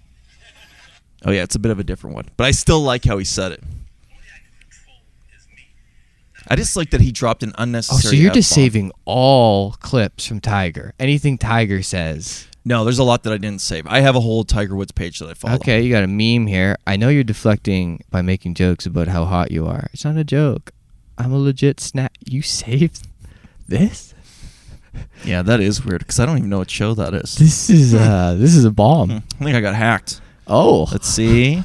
[SPEAKER 4] Oh yeah, it's a bit of a different one, but I still like how he said it. I just like that he dropped an
[SPEAKER 3] Oh,
[SPEAKER 4] unnecessary.
[SPEAKER 3] so you're just
[SPEAKER 4] F-bomb.
[SPEAKER 3] saving all clips from Tiger. Anything Tiger says.
[SPEAKER 4] No, there's a lot that I didn't save. I have a whole Tiger Woods page that I follow.
[SPEAKER 3] Okay, you got a meme here. I know you're deflecting by making jokes about how hot you are. It's not a joke. I'm a legit snap. You saved this?
[SPEAKER 4] Yeah, that is weird because I don't even know what show that is.
[SPEAKER 3] This is uh this is a bomb.
[SPEAKER 4] I think I got hacked.
[SPEAKER 3] Oh.
[SPEAKER 4] Let's see.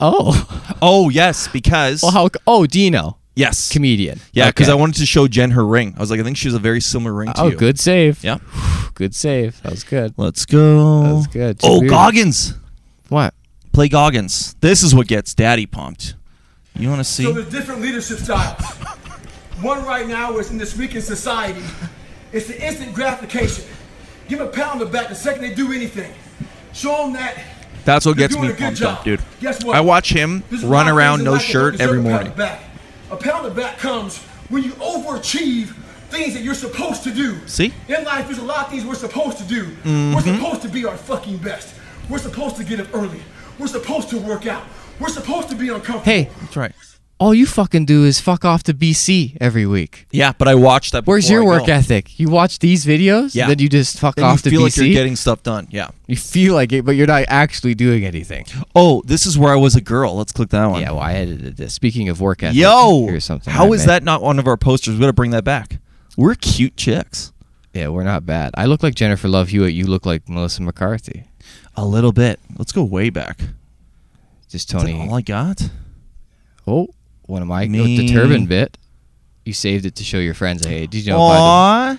[SPEAKER 3] Oh.
[SPEAKER 4] Oh yes, because
[SPEAKER 3] Well, how Oh, Dino,
[SPEAKER 4] yes,
[SPEAKER 3] comedian.
[SPEAKER 4] yeah, because
[SPEAKER 3] Okay.
[SPEAKER 4] I wanted to show Jen her ring. I was like, I think she has a very similar ring to
[SPEAKER 3] Oh,
[SPEAKER 4] you.
[SPEAKER 3] good save.
[SPEAKER 4] Yeah.
[SPEAKER 3] Good save. That was good.
[SPEAKER 4] Let's go.
[SPEAKER 3] That's good.
[SPEAKER 4] Oh,
[SPEAKER 3] Weird.
[SPEAKER 4] Goggins,
[SPEAKER 3] What?
[SPEAKER 4] play Goggins. This is what gets Daddy pumped. You want to see?
[SPEAKER 6] So there's different leadership styles. One right now is in this week in society. It's the instant gratification. Give a pound of back the second they do anything. Show them that.
[SPEAKER 4] That's what
[SPEAKER 6] you're
[SPEAKER 4] gets
[SPEAKER 6] doing
[SPEAKER 4] me
[SPEAKER 6] a good
[SPEAKER 4] pumped
[SPEAKER 6] job.
[SPEAKER 4] up, dude.
[SPEAKER 6] Guess what?
[SPEAKER 4] I watch him
[SPEAKER 6] There's a lot
[SPEAKER 4] run
[SPEAKER 6] of
[SPEAKER 4] around
[SPEAKER 6] things in
[SPEAKER 4] no
[SPEAKER 6] life that
[SPEAKER 4] shirt
[SPEAKER 6] don't
[SPEAKER 4] every
[SPEAKER 6] deserve a
[SPEAKER 4] morning.
[SPEAKER 6] pound of back. A pound of back comes when you overachieve things that you're supposed to do.
[SPEAKER 4] See? Mm-hmm.
[SPEAKER 6] In life, there's a lot of things we're supposed to do. We're supposed to be our fucking best. We're supposed to get up early. We're supposed to work out. We're supposed to be uncomfortable.
[SPEAKER 3] Hey,
[SPEAKER 4] That's right.
[SPEAKER 3] all you fucking do is fuck off to BC every week.
[SPEAKER 4] Yeah, but I watch that.
[SPEAKER 3] Where's
[SPEAKER 4] before
[SPEAKER 3] your
[SPEAKER 4] I
[SPEAKER 3] work
[SPEAKER 4] go.
[SPEAKER 3] ethic? You watch these videos,
[SPEAKER 4] Yeah.
[SPEAKER 3] and then you just fuck
[SPEAKER 4] Then you
[SPEAKER 3] off to
[SPEAKER 4] feel
[SPEAKER 3] BC.
[SPEAKER 4] like you're getting stuff done. Yeah.
[SPEAKER 3] You feel like it, but you're not actually doing anything.
[SPEAKER 4] Oh, this is where I was a girl. Let's click that one.
[SPEAKER 3] Yeah, well, I edited this. Speaking of work ethic,
[SPEAKER 4] Yo,
[SPEAKER 3] here's something.
[SPEAKER 4] how
[SPEAKER 3] I
[SPEAKER 4] is
[SPEAKER 3] made.
[SPEAKER 4] that not one of our posters? We gotta bring that back. We're cute chicks,
[SPEAKER 3] Yeah, we're not bad. I look like Jennifer Love Hewitt. You look like Melissa McCarthy.
[SPEAKER 4] a little bit. Let's go way back.
[SPEAKER 3] Just
[SPEAKER 4] Is that
[SPEAKER 3] Tony.
[SPEAKER 4] all I got?
[SPEAKER 3] oh, one of my
[SPEAKER 4] Me.
[SPEAKER 3] the turban bit. You saved it to show your friends. Hey, did you know? by the-
[SPEAKER 4] Aw,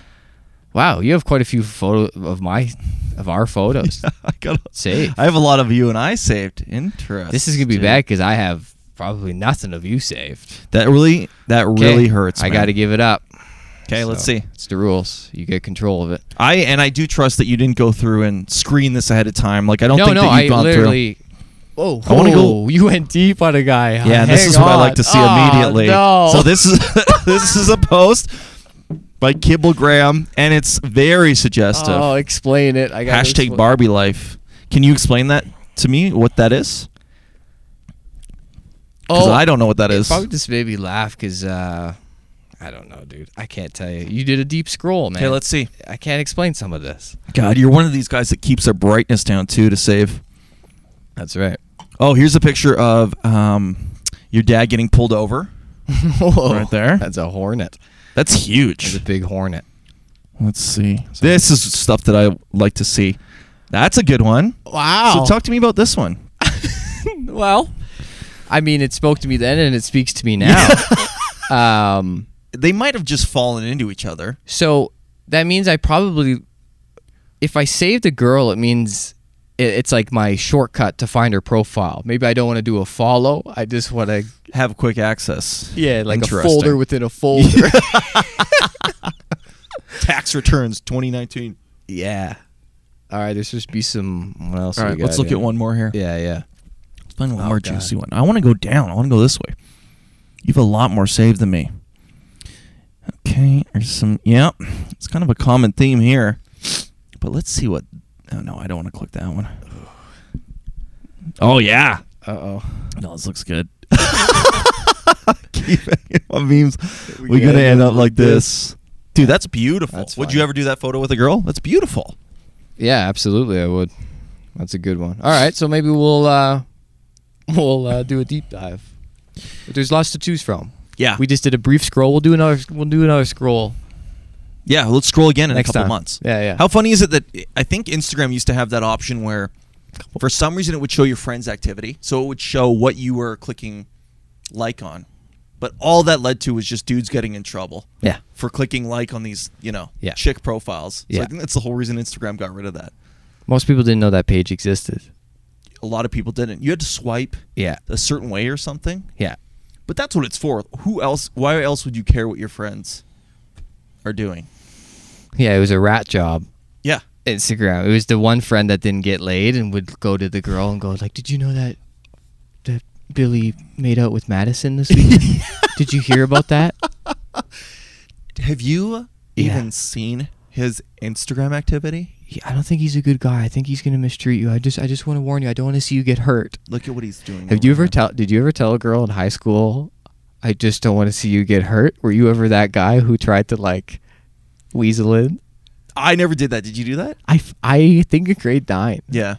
[SPEAKER 3] Wow, you have quite a few photo of my, of our photos.
[SPEAKER 4] I got.
[SPEAKER 3] Saved.
[SPEAKER 4] I have a lot of you and I saved. Interesting.
[SPEAKER 3] This is gonna be bad because I have probably nothing of you saved.
[SPEAKER 4] That really, that
[SPEAKER 3] 'Kay?
[SPEAKER 4] really hurts.
[SPEAKER 3] I got to give it up.
[SPEAKER 4] Okay, let's
[SPEAKER 3] So,
[SPEAKER 4] see.
[SPEAKER 3] It's the rules. You get control of it.
[SPEAKER 4] I and I do trust that you didn't go through and screen this ahead of time. Like I don't
[SPEAKER 3] no,
[SPEAKER 4] think
[SPEAKER 3] no,
[SPEAKER 4] that you've
[SPEAKER 3] I
[SPEAKER 4] gone
[SPEAKER 3] literally. Whoa,
[SPEAKER 4] I wanna go-
[SPEAKER 3] whoa, You went deep on a guy. huh?
[SPEAKER 4] through. Yeah, and this
[SPEAKER 3] Hang
[SPEAKER 4] is what I
[SPEAKER 3] on.
[SPEAKER 4] like to see
[SPEAKER 3] Oh,
[SPEAKER 4] immediately.
[SPEAKER 3] No.
[SPEAKER 4] So this is this is a post by Kibble Graham, and it's very suggestive.
[SPEAKER 3] Oh, explain it. I got
[SPEAKER 4] Hashtag Barbie life. Can you explain that to me? What that is? Because
[SPEAKER 3] Oh,
[SPEAKER 4] I don't know what that
[SPEAKER 3] it
[SPEAKER 4] is.
[SPEAKER 3] Probably just made me laugh because uh, I don't know, dude. I can't tell you. You did a deep scroll, man.
[SPEAKER 4] Okay, let's see.
[SPEAKER 3] I can't explain some of this.
[SPEAKER 4] God, you're one of these guys that keeps their brightness down too to save.
[SPEAKER 3] That's right.
[SPEAKER 4] Oh, here's a picture of um, your dad getting pulled over.
[SPEAKER 3] Whoa,
[SPEAKER 4] Right there.
[SPEAKER 3] That's a hornet.
[SPEAKER 4] That's
[SPEAKER 3] That's
[SPEAKER 4] huge.
[SPEAKER 3] a big hornet.
[SPEAKER 4] Let's see. This is stuff that I like to see. That's a good one.
[SPEAKER 3] Wow.
[SPEAKER 4] So talk to me about this one.
[SPEAKER 3] well, I mean, it spoke to me then, and it speaks to me now. um,
[SPEAKER 4] They might have just fallen into each other.
[SPEAKER 3] so that means I probably, if I saved a girl, it means it, it's like my shortcut to find her profile. Maybe I don't want to do a follow. I just want to,
[SPEAKER 4] Have quick access.
[SPEAKER 3] yeah, like a
[SPEAKER 4] Interesting.
[SPEAKER 3] folder within a folder.
[SPEAKER 4] Tax returns 2019.
[SPEAKER 3] yeah. All right. There's just be some. What else?
[SPEAKER 4] All
[SPEAKER 3] we
[SPEAKER 4] right,
[SPEAKER 3] got
[SPEAKER 4] let's look
[SPEAKER 3] here?
[SPEAKER 4] at one more here.
[SPEAKER 3] Yeah, yeah.
[SPEAKER 4] Let's find one more juicy one. I want to go down. I want to go this way. You have a lot more saved than me. Okay, there's some. Yeah, it's kind of a common theme here. But let's see what. Oh no, I don't want to click that one. Oh yeah.
[SPEAKER 3] Uh oh.
[SPEAKER 4] No, this looks good. Keep hanging on memes.
[SPEAKER 3] We
[SPEAKER 4] We're gonna
[SPEAKER 3] gotta
[SPEAKER 4] end
[SPEAKER 3] go
[SPEAKER 4] up like this. Dude, that's beautiful.
[SPEAKER 3] That's
[SPEAKER 4] Would
[SPEAKER 3] fine.
[SPEAKER 4] you ever do that photo with a girl? That's beautiful.
[SPEAKER 3] Yeah, absolutely. I would. That's a good one. All right, so maybe we'll uh, we'll uh, do a deep dive. But there's lots to choose from.
[SPEAKER 4] Yeah.
[SPEAKER 3] We just did a brief scroll. We'll do another. We'll do another scroll.
[SPEAKER 4] Yeah, let's scroll again in
[SPEAKER 3] Next
[SPEAKER 4] a couple
[SPEAKER 3] time.
[SPEAKER 4] months.
[SPEAKER 3] Yeah, yeah.
[SPEAKER 4] How funny is it that I think Instagram used to have that option where, for some reason, it would show your friends' activity, so it would show what you were clicking like on, but all that led to was just dudes getting in trouble.
[SPEAKER 3] Yeah.
[SPEAKER 4] For clicking like on these, you know,
[SPEAKER 3] Yeah.
[SPEAKER 4] chick profiles. So
[SPEAKER 3] Yeah.
[SPEAKER 4] I think that's the whole reason Instagram got rid of that.
[SPEAKER 3] Most people didn't know that page existed.
[SPEAKER 4] A lot of people didn't. You had to swipe
[SPEAKER 3] Yeah.
[SPEAKER 4] a certain way or something.
[SPEAKER 3] Yeah.
[SPEAKER 4] But that's what it's for. Who else? Why else would you care what your friends are doing?
[SPEAKER 3] Yeah. It was a rat job.
[SPEAKER 4] Yeah.
[SPEAKER 3] Instagram. It was the one friend that didn't get laid and would go to the girl and go like, "Did you know that that Billy made out with Madison this weekend? Did you hear about that?"
[SPEAKER 4] Have you
[SPEAKER 3] Yeah.
[SPEAKER 4] even seen his Instagram activity?
[SPEAKER 3] He- I don't think he's a good guy. I think he's gonna mistreat you. I just, I just want to warn you. I don't want to see you get hurt.
[SPEAKER 4] Look at what he's doing.
[SPEAKER 3] Have
[SPEAKER 4] over
[SPEAKER 3] you ever
[SPEAKER 4] there.
[SPEAKER 3] tell? Did you ever tell a girl in high school, "I just don't want to see you get hurt"? Were you ever that guy who tried to like weasel in?
[SPEAKER 4] I never did that. Did you do that?
[SPEAKER 3] I, f- I think in grade nine,
[SPEAKER 4] Yeah.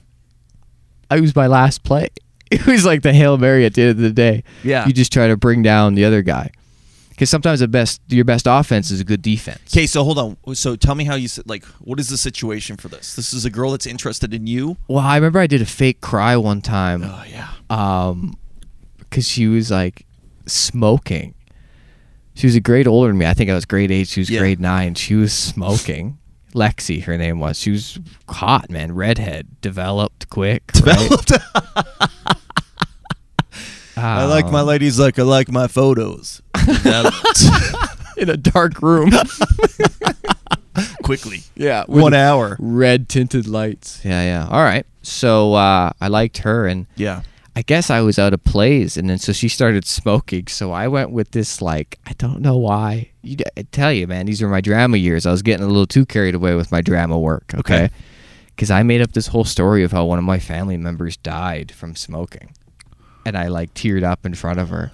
[SPEAKER 3] I was my last play. It was like the hail mary at the end of the day.
[SPEAKER 4] Yeah.
[SPEAKER 3] you just try to bring down the other guy, because sometimes the best, your best offense is a good defense.
[SPEAKER 4] Okay, so hold on. So tell me how you s- like. What is the situation for this? This is a girl that's interested in you.
[SPEAKER 3] Well, I remember I did a fake cry one time.
[SPEAKER 4] Oh, yeah.
[SPEAKER 3] um because she was like smoking she was a grade older than me i think i was grade eight she was
[SPEAKER 4] Yeah.
[SPEAKER 3] grade nine she was smoking lexi her name was she was hot man redhead developed quick developed
[SPEAKER 4] I like my ladies like I like my photos.
[SPEAKER 3] Uh, in a dark room
[SPEAKER 4] Quickly.
[SPEAKER 3] yeah with
[SPEAKER 4] One hour.
[SPEAKER 3] red tinted lights yeah yeah all right so uh i liked her and
[SPEAKER 4] Yeah.
[SPEAKER 3] I guess I was out of plays, and then so she started smoking. So I went with this like I don't know why. You, I tell you, man, these were my drama years. I was getting a little too carried away with my drama work. Okay,
[SPEAKER 4] Okay.
[SPEAKER 3] because I made up this whole story of how one of my family members died from smoking, and I like teared up in front of her,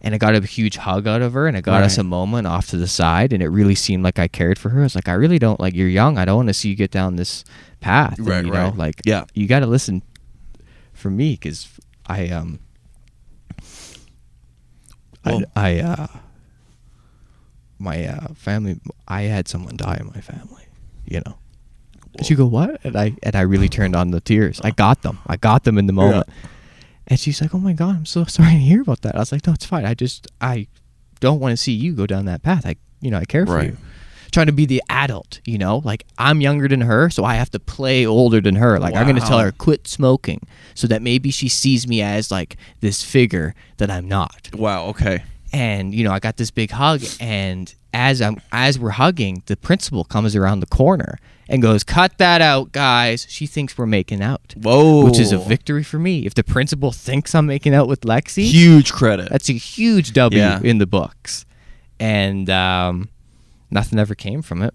[SPEAKER 3] and I got a huge hug out of her, and it got us
[SPEAKER 4] Right.
[SPEAKER 3] a moment off to the side, and it really seemed like I cared for her. I was like, I really don't like you're young. I don't want to see you get down this path. and,
[SPEAKER 4] Right,
[SPEAKER 3] you
[SPEAKER 4] right.
[SPEAKER 3] Know, like
[SPEAKER 4] Yeah.
[SPEAKER 3] you got to listen for me because I um
[SPEAKER 4] Well-
[SPEAKER 3] I, I uh my uh family I had someone die in my family, you know. And she go what? And I and I really turned on the tears. I got them. I got them in the moment. And she's like, "Oh my god, I'm so sorry to hear about that." I was like, "No, it's fine. I just I don't want to see you go down that path. I you know I care for
[SPEAKER 4] Right.
[SPEAKER 3] you." Trying to be the adult, you know, like I'm younger than her, so I have to play older than her. Like I'm going to tell
[SPEAKER 4] Wow.
[SPEAKER 3] her quit smoking, so that maybe she sees me as like this figure that I'm not
[SPEAKER 4] Wow. Okay.
[SPEAKER 3] and you know i got this big hug and as i'm as we're hugging the principal comes around the corner and goes cut that out guys she thinks we're making out
[SPEAKER 4] Whoa.
[SPEAKER 3] which is a victory for me if the principal thinks i'm making out with lexi
[SPEAKER 4] Huge credit.
[SPEAKER 3] that's a huge w
[SPEAKER 4] Yeah.
[SPEAKER 3] in the books and um, nothing ever came from it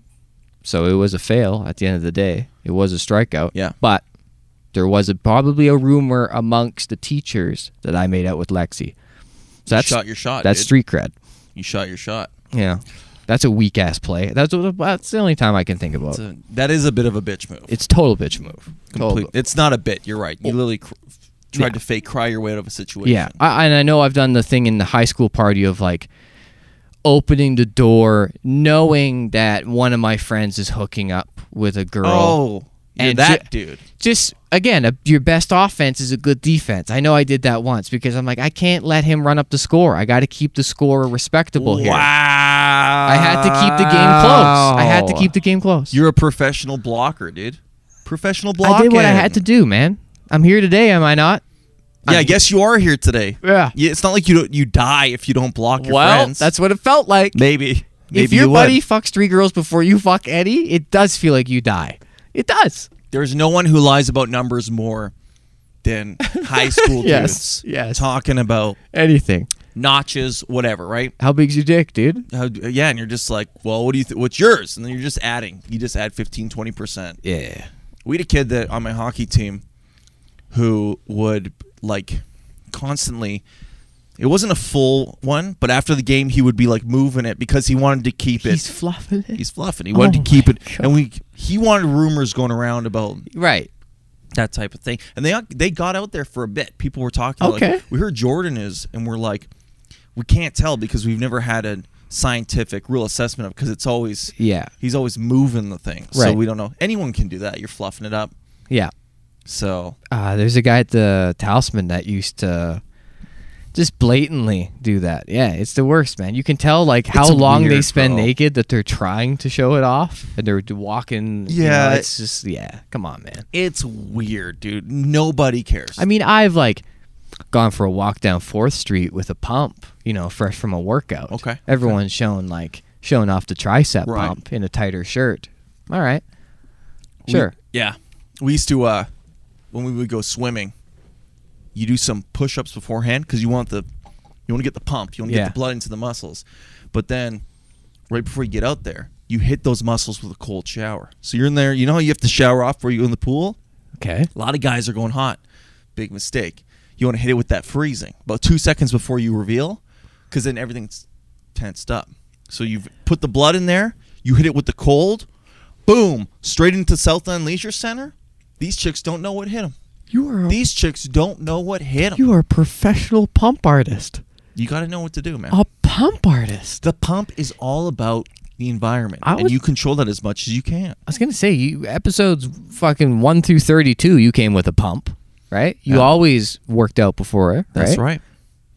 [SPEAKER 3] so it was a fail at the end of the day it was a strikeout
[SPEAKER 4] Yeah.
[SPEAKER 3] but there was a, probably a rumor amongst the teachers that i made out with lexi so that's
[SPEAKER 4] shot your shot.
[SPEAKER 3] that's
[SPEAKER 4] dude.
[SPEAKER 3] street cred
[SPEAKER 4] You shot your shot.
[SPEAKER 3] yeah, that's a weak ass play. That's what, that's the only time I can think about.
[SPEAKER 4] It's
[SPEAKER 3] It's,
[SPEAKER 4] a- that is a bit of a bitch move.
[SPEAKER 3] total bitch move. Total
[SPEAKER 4] Complete.
[SPEAKER 3] bu-
[SPEAKER 4] It's not a bit. You're right. You literally cr- tried
[SPEAKER 3] Yeah.
[SPEAKER 4] to fake cry your way out of a situation.
[SPEAKER 3] Yeah, I, and I know I've done the thing in the high school party of like opening the door, knowing that one of my friends is hooking up with a girl,
[SPEAKER 4] Oh. You're
[SPEAKER 3] and
[SPEAKER 4] that
[SPEAKER 3] ju-
[SPEAKER 4] dude.
[SPEAKER 3] Just again, a, your best offense is a good defense. I know I did that once because I'm like, I can't let him run up the score. I got to keep the score respectable here.
[SPEAKER 4] Wow.
[SPEAKER 3] I had to keep the game close. I had to keep the game close.
[SPEAKER 4] You're a professional blocker, dude. Professional blocker.
[SPEAKER 3] I did what I had to do, man. I'm here today, am I not?
[SPEAKER 4] Yeah, I
[SPEAKER 3] I'm-
[SPEAKER 4] guess you are here today.
[SPEAKER 3] Yeah.
[SPEAKER 4] It's not like you don't, you die if you don't block your
[SPEAKER 3] well,
[SPEAKER 4] friends.
[SPEAKER 3] that's what it felt like.
[SPEAKER 4] maybe. Maybe
[SPEAKER 3] if your
[SPEAKER 4] you
[SPEAKER 3] buddy
[SPEAKER 4] would.
[SPEAKER 3] fucks three girls before you fuck Eddie, it does feel like you die. It does.
[SPEAKER 4] There's no one who lies about numbers more than high school
[SPEAKER 3] Yes,
[SPEAKER 4] dudes.
[SPEAKER 3] yes.
[SPEAKER 4] Talking about
[SPEAKER 3] Anything.
[SPEAKER 4] notches, whatever, right?
[SPEAKER 3] How big's your dick, dude?
[SPEAKER 4] How, yeah, and you're just like, well, what do you? Th- what's yours? And then you're just adding. You just add 15, 20 percent.
[SPEAKER 3] Yeah.
[SPEAKER 4] We had a kid that on my hockey team who would like constantly. It wasn't a full one, but after the game, he would be like moving it because he wanted to keep
[SPEAKER 3] He's
[SPEAKER 4] it.
[SPEAKER 3] fluffing it.
[SPEAKER 4] He's fluffing. He wanted
[SPEAKER 3] Oh
[SPEAKER 4] to keep
[SPEAKER 3] my
[SPEAKER 4] it, and we he wanted rumors going around about
[SPEAKER 3] right.
[SPEAKER 4] that type of thing. And they they got out there for a bit. People were talking.
[SPEAKER 3] Okay.
[SPEAKER 4] Like, we heard Jordan is, and we're like, we can't tell because we've never had a scientific real assessment of because it's always
[SPEAKER 3] Yeah.
[SPEAKER 4] he's always moving the thing. So
[SPEAKER 3] Right.
[SPEAKER 4] we don't know. Anyone can do that. You're fluffing it up.
[SPEAKER 3] Yeah.
[SPEAKER 4] So
[SPEAKER 3] Uh, there's a guy at the Talisman that used to just blatantly do that. Yeah, it's the worst, man. You can tell like how long they
[SPEAKER 4] weird,
[SPEAKER 3] spend
[SPEAKER 4] bro.
[SPEAKER 3] naked that they're trying to show it off and they're walking. you know,
[SPEAKER 4] Yeah.
[SPEAKER 3] it's just yeah. Come on, man.
[SPEAKER 4] it's weird, dude. Nobody cares.
[SPEAKER 3] I mean, I've like gone for a walk down Fourth Street with a pump, you know, fresh from a workout.
[SPEAKER 4] Okay.
[SPEAKER 3] Everyone's shown like showing off the tricep
[SPEAKER 4] Right.
[SPEAKER 3] pump in a tighter shirt. All right.
[SPEAKER 4] We-
[SPEAKER 3] Sure.
[SPEAKER 4] yeah. We used to uh when we would go swimming, you do some push-ups beforehand because you want the you want to get the pump, you want to
[SPEAKER 3] Yeah.
[SPEAKER 4] get the blood into the muscles. But then right before you get out there, you hit those muscles with a cold shower. So you're in there, you know how you have to shower off before you go in the pool?
[SPEAKER 3] okay.
[SPEAKER 4] A lot of guys are going hot. Big mistake. You want to hit it with that freezing about two seconds before you reveal, because then everything's tensed up. So you've put the blood in there. You hit it with the cold. Boom! Straight into South End Leisure Center. These chicks don't know what hit them.
[SPEAKER 3] You are
[SPEAKER 4] These chicks don't know what hit them.
[SPEAKER 3] you are a professional pump artist.
[SPEAKER 4] You got to know what to do, man.
[SPEAKER 3] A pump artist.
[SPEAKER 4] The pump is all about the environment,
[SPEAKER 3] I
[SPEAKER 4] and
[SPEAKER 3] would-
[SPEAKER 4] you control that as much as you can.
[SPEAKER 3] I was gonna say you episodes fucking one through thirty two. You came with a pump, right? You
[SPEAKER 4] Yeah.
[SPEAKER 3] always worked out before, right?
[SPEAKER 4] That's right.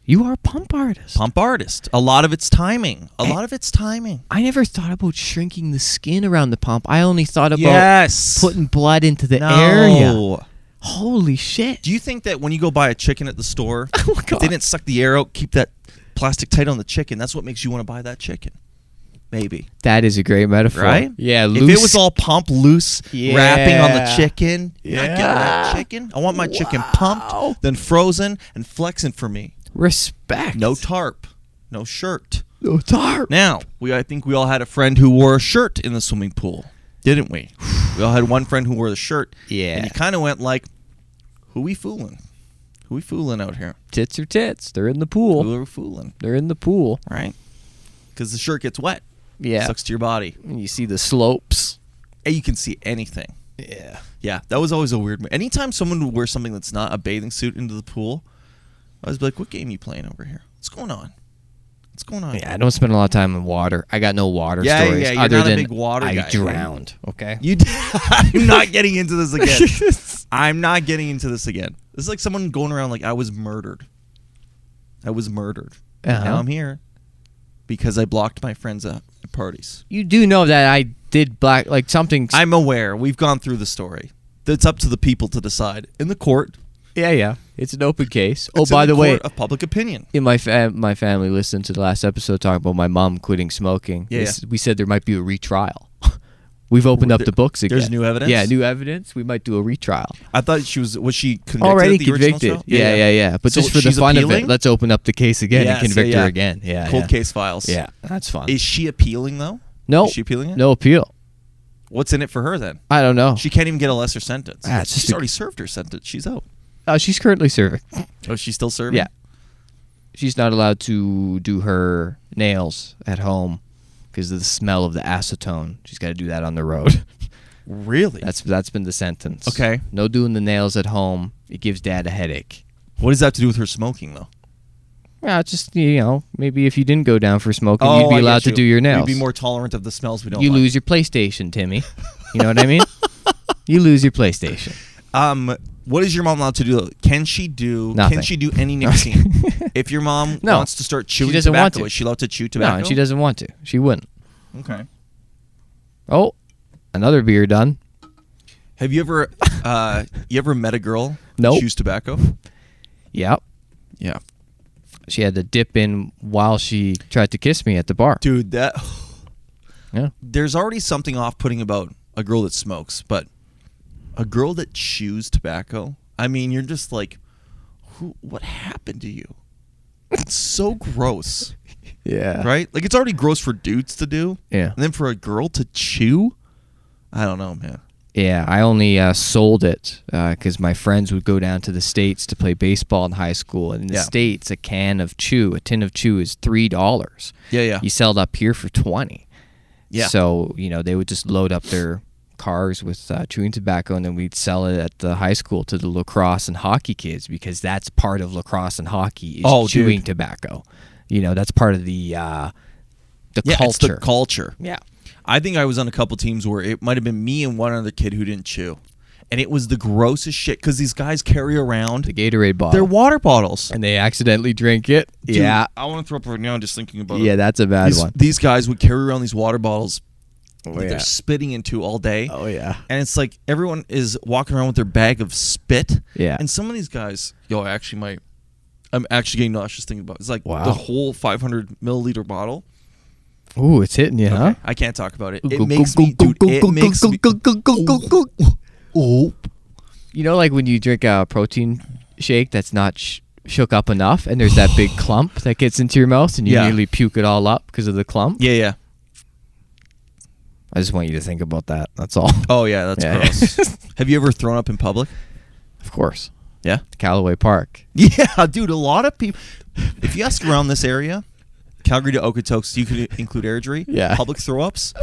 [SPEAKER 3] You are a pump artist.
[SPEAKER 4] Pump artist. A lot of it's timing. A lot of it's timing.
[SPEAKER 3] I never thought about shrinking the skin around the pump. I only thought about
[SPEAKER 4] yes.
[SPEAKER 3] putting blood into the
[SPEAKER 4] no.
[SPEAKER 3] area. Holy shit.
[SPEAKER 4] Do you think that when you go buy a chicken at the store,
[SPEAKER 3] Oh,
[SPEAKER 4] if
[SPEAKER 3] God.
[SPEAKER 4] they didn't suck the air out, keep that plastic tight on the chicken? That's what makes you want to buy that chicken. Maybe
[SPEAKER 3] that is a great metaphor.
[SPEAKER 4] right?
[SPEAKER 3] Yeah,
[SPEAKER 4] If
[SPEAKER 3] loose.
[SPEAKER 4] it was all pump loose wrapping on the
[SPEAKER 3] Yeah.
[SPEAKER 4] chicken, yeah. I get that chicken. I want my chicken pumped, then frozen and flexing for me.
[SPEAKER 3] respect.
[SPEAKER 4] No tarp, no shirt.
[SPEAKER 3] no tarp.
[SPEAKER 4] Now we, I think we all had a friend who wore a shirt in the swimming pool, didn't we? we all had one friend who wore the shirt.
[SPEAKER 3] Yeah.
[SPEAKER 4] and you kind of went like, "Who we fooling? Who we fooling out here?"
[SPEAKER 3] Tits are tits. They're in the pool.
[SPEAKER 4] We were fooling,
[SPEAKER 3] They're in the pool.
[SPEAKER 4] right? Because the shirt gets wet.
[SPEAKER 3] Yeah.
[SPEAKER 4] Sucks to your body.
[SPEAKER 3] And you see the slopes.
[SPEAKER 4] And you can see anything.
[SPEAKER 3] Yeah.
[SPEAKER 4] Yeah, that was always a weird. mo- Anytime someone would wear something that's not a bathing suit into the pool, I was like, what game you playing over here? What's going on? What's going on?
[SPEAKER 3] Yeah, I don't spend a lot of time in water. I got no water
[SPEAKER 4] Yeah,
[SPEAKER 3] stories
[SPEAKER 4] yeah, you're
[SPEAKER 3] other
[SPEAKER 4] not a
[SPEAKER 3] than
[SPEAKER 4] big water
[SPEAKER 3] I
[SPEAKER 4] guy, right?
[SPEAKER 3] drowned. Okay.
[SPEAKER 4] You d- I'm not getting into this again. I'm not getting into this again. This is like someone going around like, I was murdered. I was murdered. And
[SPEAKER 3] Uh-huh.
[SPEAKER 4] Now I'm here because I blocked my friends at at parties.
[SPEAKER 3] You do know that I did black like something.
[SPEAKER 4] I'm aware. We've gone through the story. It's up to the people to decide in the court.
[SPEAKER 3] yeah, yeah. It's an open case.
[SPEAKER 4] It's
[SPEAKER 3] oh,
[SPEAKER 4] in
[SPEAKER 3] by the, way,
[SPEAKER 4] court of public opinion.
[SPEAKER 3] in my fa- my family listened to the last episode talking about my mom quitting smoking.
[SPEAKER 4] Yeah,
[SPEAKER 3] They
[SPEAKER 4] yeah.
[SPEAKER 3] s- we said there might be a retrial. We've opened up
[SPEAKER 4] There-
[SPEAKER 3] the books again.
[SPEAKER 4] there's new evidence?
[SPEAKER 3] Yeah, new evidence. We might do a retrial.
[SPEAKER 4] I thought she was was she convicted?
[SPEAKER 3] Already
[SPEAKER 4] at the original
[SPEAKER 3] convicted.
[SPEAKER 4] show?
[SPEAKER 3] Yeah, yeah, yeah, But
[SPEAKER 4] So
[SPEAKER 3] just for the
[SPEAKER 4] she's
[SPEAKER 3] fun of
[SPEAKER 4] appealing?
[SPEAKER 3] it, let's open up the case again
[SPEAKER 4] Yeah, so
[SPEAKER 3] and convict
[SPEAKER 4] yeah.
[SPEAKER 3] her again. Yeah,
[SPEAKER 4] Cold
[SPEAKER 3] yeah.
[SPEAKER 4] case files.
[SPEAKER 3] Yeah, that's fun.
[SPEAKER 4] Is she appealing though?
[SPEAKER 3] no,
[SPEAKER 4] Is she appealing it?
[SPEAKER 3] no appeal.
[SPEAKER 4] What's in it for her then?
[SPEAKER 3] I don't know.
[SPEAKER 4] She can't even get a lesser sentence.
[SPEAKER 3] Ah, it's
[SPEAKER 4] She's
[SPEAKER 3] just a-
[SPEAKER 4] already served her sentence. She's out.
[SPEAKER 3] uh, she's currently serving.
[SPEAKER 4] Oh, she's still serving.
[SPEAKER 3] Yeah, she's not allowed to do her nails at home because of the smell of the acetone. She's got to do that on the road.
[SPEAKER 4] Really?
[SPEAKER 3] That's that's been the sentence.
[SPEAKER 4] Okay.
[SPEAKER 3] No doing the nails at home. It gives dad a headache.
[SPEAKER 4] what does that have to do with her smoking though?
[SPEAKER 3] Well, it's just you know, maybe if you didn't go down for smoking, you'd
[SPEAKER 4] Oh, I
[SPEAKER 3] be
[SPEAKER 4] get
[SPEAKER 3] allowed to
[SPEAKER 4] you.
[SPEAKER 3] do your nails.
[SPEAKER 4] You'd be more tolerant of the smells we don't.
[SPEAKER 3] you
[SPEAKER 4] like.
[SPEAKER 3] lose your PlayStation, Timmy. You know what I mean? You lose your PlayStation.
[SPEAKER 4] Um, what is your mom allowed to do? Can she do?
[SPEAKER 3] Nothing.
[SPEAKER 4] Can she do any nicotine? if your mom
[SPEAKER 3] No.
[SPEAKER 4] wants to start
[SPEAKER 3] She
[SPEAKER 4] chewing
[SPEAKER 3] doesn't
[SPEAKER 4] tobacco,
[SPEAKER 3] want to.
[SPEAKER 4] is she allowed to chew tobacco?
[SPEAKER 3] No, and she doesn't want to. She wouldn't.
[SPEAKER 4] Okay.
[SPEAKER 3] Oh, another beer done.
[SPEAKER 4] Have you ever, uh, you ever met a girl? who
[SPEAKER 3] Nope.
[SPEAKER 4] Chews tobacco.
[SPEAKER 3] Yep.
[SPEAKER 4] Yeah.
[SPEAKER 3] She had to dip in while she tried to kiss me at the bar.
[SPEAKER 4] Dude, that
[SPEAKER 3] Yeah.
[SPEAKER 4] there's already something off-putting about a girl that smokes, but a girl that chews tobacco. I mean, you're just like, who? What happened to you? It's so gross,
[SPEAKER 3] Yeah.
[SPEAKER 4] right? Like it's already gross for dudes to do.
[SPEAKER 3] Yeah.
[SPEAKER 4] And then for a girl to chew, I don't know, man.
[SPEAKER 3] Yeah, I only uh, sold it because my friends would go down to the states to play baseball in high school. And in the
[SPEAKER 4] Yeah.
[SPEAKER 3] states, a can of chew, a tin of chew, is three dollars.
[SPEAKER 4] Yeah, yeah.
[SPEAKER 3] You sell it up here for twenty.
[SPEAKER 4] Yeah.
[SPEAKER 3] So you know they would just load up their cars with uh, chewing tobacco, and then we'd sell it at the high school to the lacrosse and hockey kids because that's part of lacrosse and hockey is
[SPEAKER 4] Oh, dude.
[SPEAKER 3] chewing tobacco. You know that's part of the uh, the
[SPEAKER 4] Yeah, it's
[SPEAKER 3] culture.
[SPEAKER 4] the culture.
[SPEAKER 3] yeah.
[SPEAKER 4] I think I was on a couple teams where it might have been me and one other kid who didn't chew, and it was the grossest shit because these guys carry
[SPEAKER 3] The
[SPEAKER 4] around
[SPEAKER 3] Gatorade bottle.
[SPEAKER 4] their water bottles.
[SPEAKER 3] and they accidentally drink it.
[SPEAKER 4] Dude,
[SPEAKER 3] yeah.
[SPEAKER 4] I want to throw up right now just thinking about it.
[SPEAKER 3] Yeah, that's a bad
[SPEAKER 4] these,
[SPEAKER 3] one. Oh,
[SPEAKER 4] These guys would carry around these water bottles that
[SPEAKER 3] yeah.
[SPEAKER 4] they're spitting into all day.
[SPEAKER 3] Oh, yeah.
[SPEAKER 4] And it's like everyone is walking around with their bag of spit.
[SPEAKER 3] Yeah.
[SPEAKER 4] And some of these guys, yo, I actually might. I'm actually getting nauseous thinking about. It. It's like
[SPEAKER 3] Wow.
[SPEAKER 4] the whole 500 milliliter bottle.
[SPEAKER 3] Ooh, it's hitting you, huh?
[SPEAKER 4] I can't talk about it. It makes me, dude. It makes me. Oh,
[SPEAKER 3] You know, like when you drink a protein shake that's not sh- shook up enough, and there's that big clump that gets into your mouth, and you
[SPEAKER 4] Yeah.
[SPEAKER 3] nearly puke it all up because of the clump.
[SPEAKER 4] yeah, yeah.
[SPEAKER 3] I just want you to think about that. That's all.
[SPEAKER 4] Oh, yeah. That's
[SPEAKER 3] Yeah.
[SPEAKER 4] gross. Have you ever thrown up in public?
[SPEAKER 3] Of course,
[SPEAKER 4] Yeah.
[SPEAKER 3] Callaway Park.
[SPEAKER 4] Yeah, dude, a lot of people. If you ask around this area, Calgary to Okotoks, you could include Airdrie.
[SPEAKER 3] Yeah.
[SPEAKER 4] Public throw ups.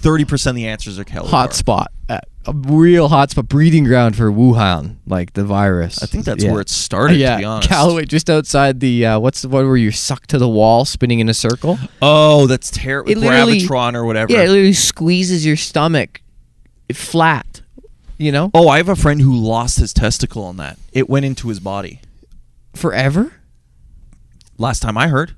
[SPEAKER 4] 30% of the answers are Calgary.
[SPEAKER 3] Hot spot, Uh, a real hot spot, breeding ground for Wuhan, like the virus.
[SPEAKER 4] I think that's
[SPEAKER 3] Yeah.
[SPEAKER 4] where it started,
[SPEAKER 3] yeah,
[SPEAKER 4] to be honest.
[SPEAKER 3] Callaway, just outside the uh, what's the one where you're sucked to the wall, spinning in a circle.
[SPEAKER 4] Oh, that's terrible.
[SPEAKER 3] It literally-
[SPEAKER 4] Gravitron or whatever.
[SPEAKER 3] Yeah, it literally squeezes your stomach flat. You know,
[SPEAKER 4] oh, I have a friend who lost his testicle on that. It went into his body.
[SPEAKER 3] forever.
[SPEAKER 4] Last time I heard.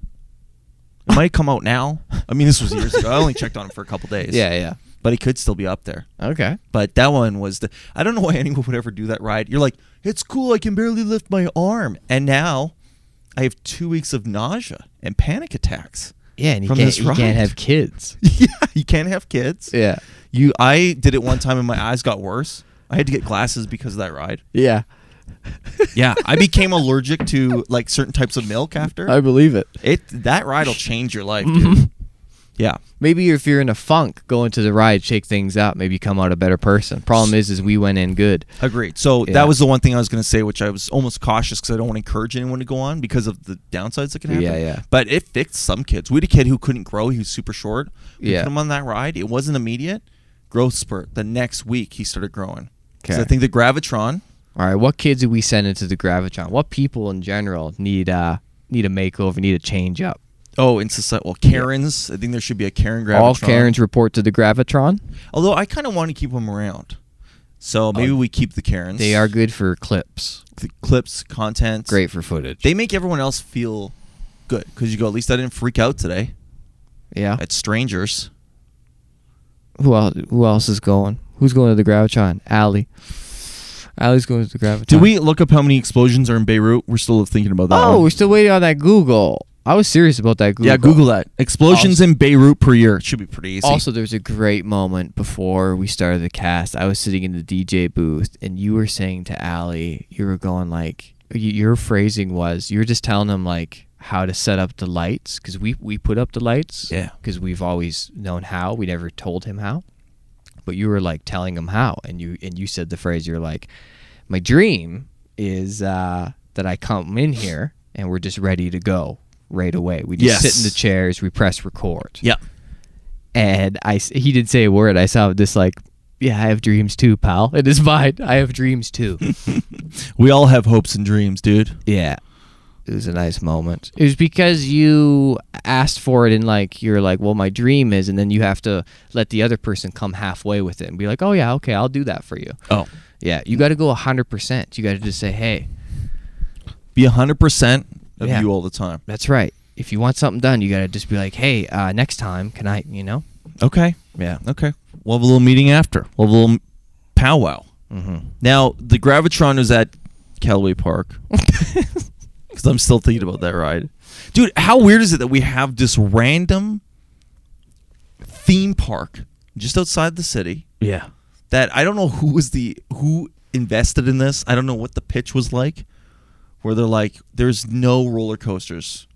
[SPEAKER 4] It might come out now. I mean, this was years ago. I only checked on him for a couple days.
[SPEAKER 3] Yeah,
[SPEAKER 4] But he could still be up there.
[SPEAKER 3] yeah. Okay.
[SPEAKER 4] But that one was the. I don't know why anyone would ever do that ride. You're like, it's cool. I can barely lift my arm, and now I have two weeks of nausea and panic attacks.
[SPEAKER 3] Yeah, and you
[SPEAKER 4] From
[SPEAKER 3] can't,
[SPEAKER 4] this
[SPEAKER 3] you
[SPEAKER 4] ride.
[SPEAKER 3] can't have kids.
[SPEAKER 4] yeah, you can't have kids.
[SPEAKER 3] Yeah,
[SPEAKER 4] You, I did it one time, and my eyes got worse. I had to get glasses because of that ride.
[SPEAKER 3] yeah.
[SPEAKER 4] Yeah, I became allergic to like certain types of milk after
[SPEAKER 3] I Mm-hmm. believe it.
[SPEAKER 4] it. That ride will change your life, dude. Yeah.
[SPEAKER 3] Maybe if you're in a funk, go into the ride, shake things up. Maybe you come out a better person. Problem is, is we went in good.
[SPEAKER 4] Agreed. So
[SPEAKER 3] Yeah.
[SPEAKER 4] that was the one thing I was going to say, which I was almost cautious because I don't want to encourage anyone to go on because of the downsides that can happen.
[SPEAKER 3] Yeah, yeah.
[SPEAKER 4] But it fixed some kids. We had a kid who couldn't grow. He was super short. We
[SPEAKER 3] Yeah.
[SPEAKER 4] put him on that ride. It wasn't immediate. Growth spurt. The next week, he started growing. 'Cause I
[SPEAKER 3] Okay.
[SPEAKER 4] think the Gravitron.
[SPEAKER 3] All right, what kids do we send into the gravitron? What people in general need uh need a makeover, need a change up?
[SPEAKER 4] Oh, in society, well, Karens. I think there should be a Karen Gravitron.
[SPEAKER 3] All Karens report to the gravitron.
[SPEAKER 4] Although I kind of want to keep them around. So maybe we keep the Karens.
[SPEAKER 3] Oh. They are good for clips,
[SPEAKER 4] the clips, content.
[SPEAKER 3] great for footage.
[SPEAKER 4] They make everyone else feel good because you go, at least I didn't freak out today
[SPEAKER 3] yeah.
[SPEAKER 4] at strangers.
[SPEAKER 3] Who else? Who else is going? Who's going to the Gravitron? Allie. Allie's going to the Gravitron.
[SPEAKER 4] Did we look up how many explosions are in Beirut? We're still thinking about that.
[SPEAKER 3] Oh,
[SPEAKER 4] one.
[SPEAKER 3] we're still waiting on that Google. I was serious about that Google.
[SPEAKER 4] yeah, Google that. Explosions in Beirut per year. It should be pretty easy.
[SPEAKER 3] Also, there was a great moment before we started the cast. I was sitting in the DJ booth, and you were saying to Allie, you were going like, y- your phrasing was, you were just telling them like how to set up the lights because we we put up the lights.
[SPEAKER 4] Yeah.
[SPEAKER 3] Because we've always known how. We never told him how, but you were like telling him how, and you and you said the phrase, you're like, my dream is uh, that I come in here and we're just ready to go right away. We just sit in
[SPEAKER 4] Yes.
[SPEAKER 3] the chairs, we press record
[SPEAKER 4] yeah.
[SPEAKER 3] and I s- he didn't say a word. I saw him just like, yeah, I have dreams too, pal. It is mine. I have dreams too.
[SPEAKER 4] We all have hopes and dreams, dude.
[SPEAKER 3] yeah, It was a nice moment. It was because you asked for it and like you're like, well, my dream is, and then you have to let the other person come halfway with it and be like, oh yeah, okay, I'll do that for you.
[SPEAKER 4] Oh,
[SPEAKER 3] Yeah, you got to go hundred percent. You got to just say, hey,
[SPEAKER 4] be hundred percent of
[SPEAKER 3] Yeah.
[SPEAKER 4] you all the time.
[SPEAKER 3] that's right. If you want something done, you got to just be like, hey, uh, next time, can I? You know,
[SPEAKER 4] Okay.
[SPEAKER 3] Yeah.
[SPEAKER 4] Okay. We'll have a little meeting after. We'll have a little powwow. Now the gravitron was at Callaway Park because I'm still thinking about that ride, dude. How weird is it that we have this random theme park just outside the city?
[SPEAKER 3] yeah,
[SPEAKER 4] that I don't know who was the who invested in this. I don't know what the pitch was like, where they're like, there's no roller coasters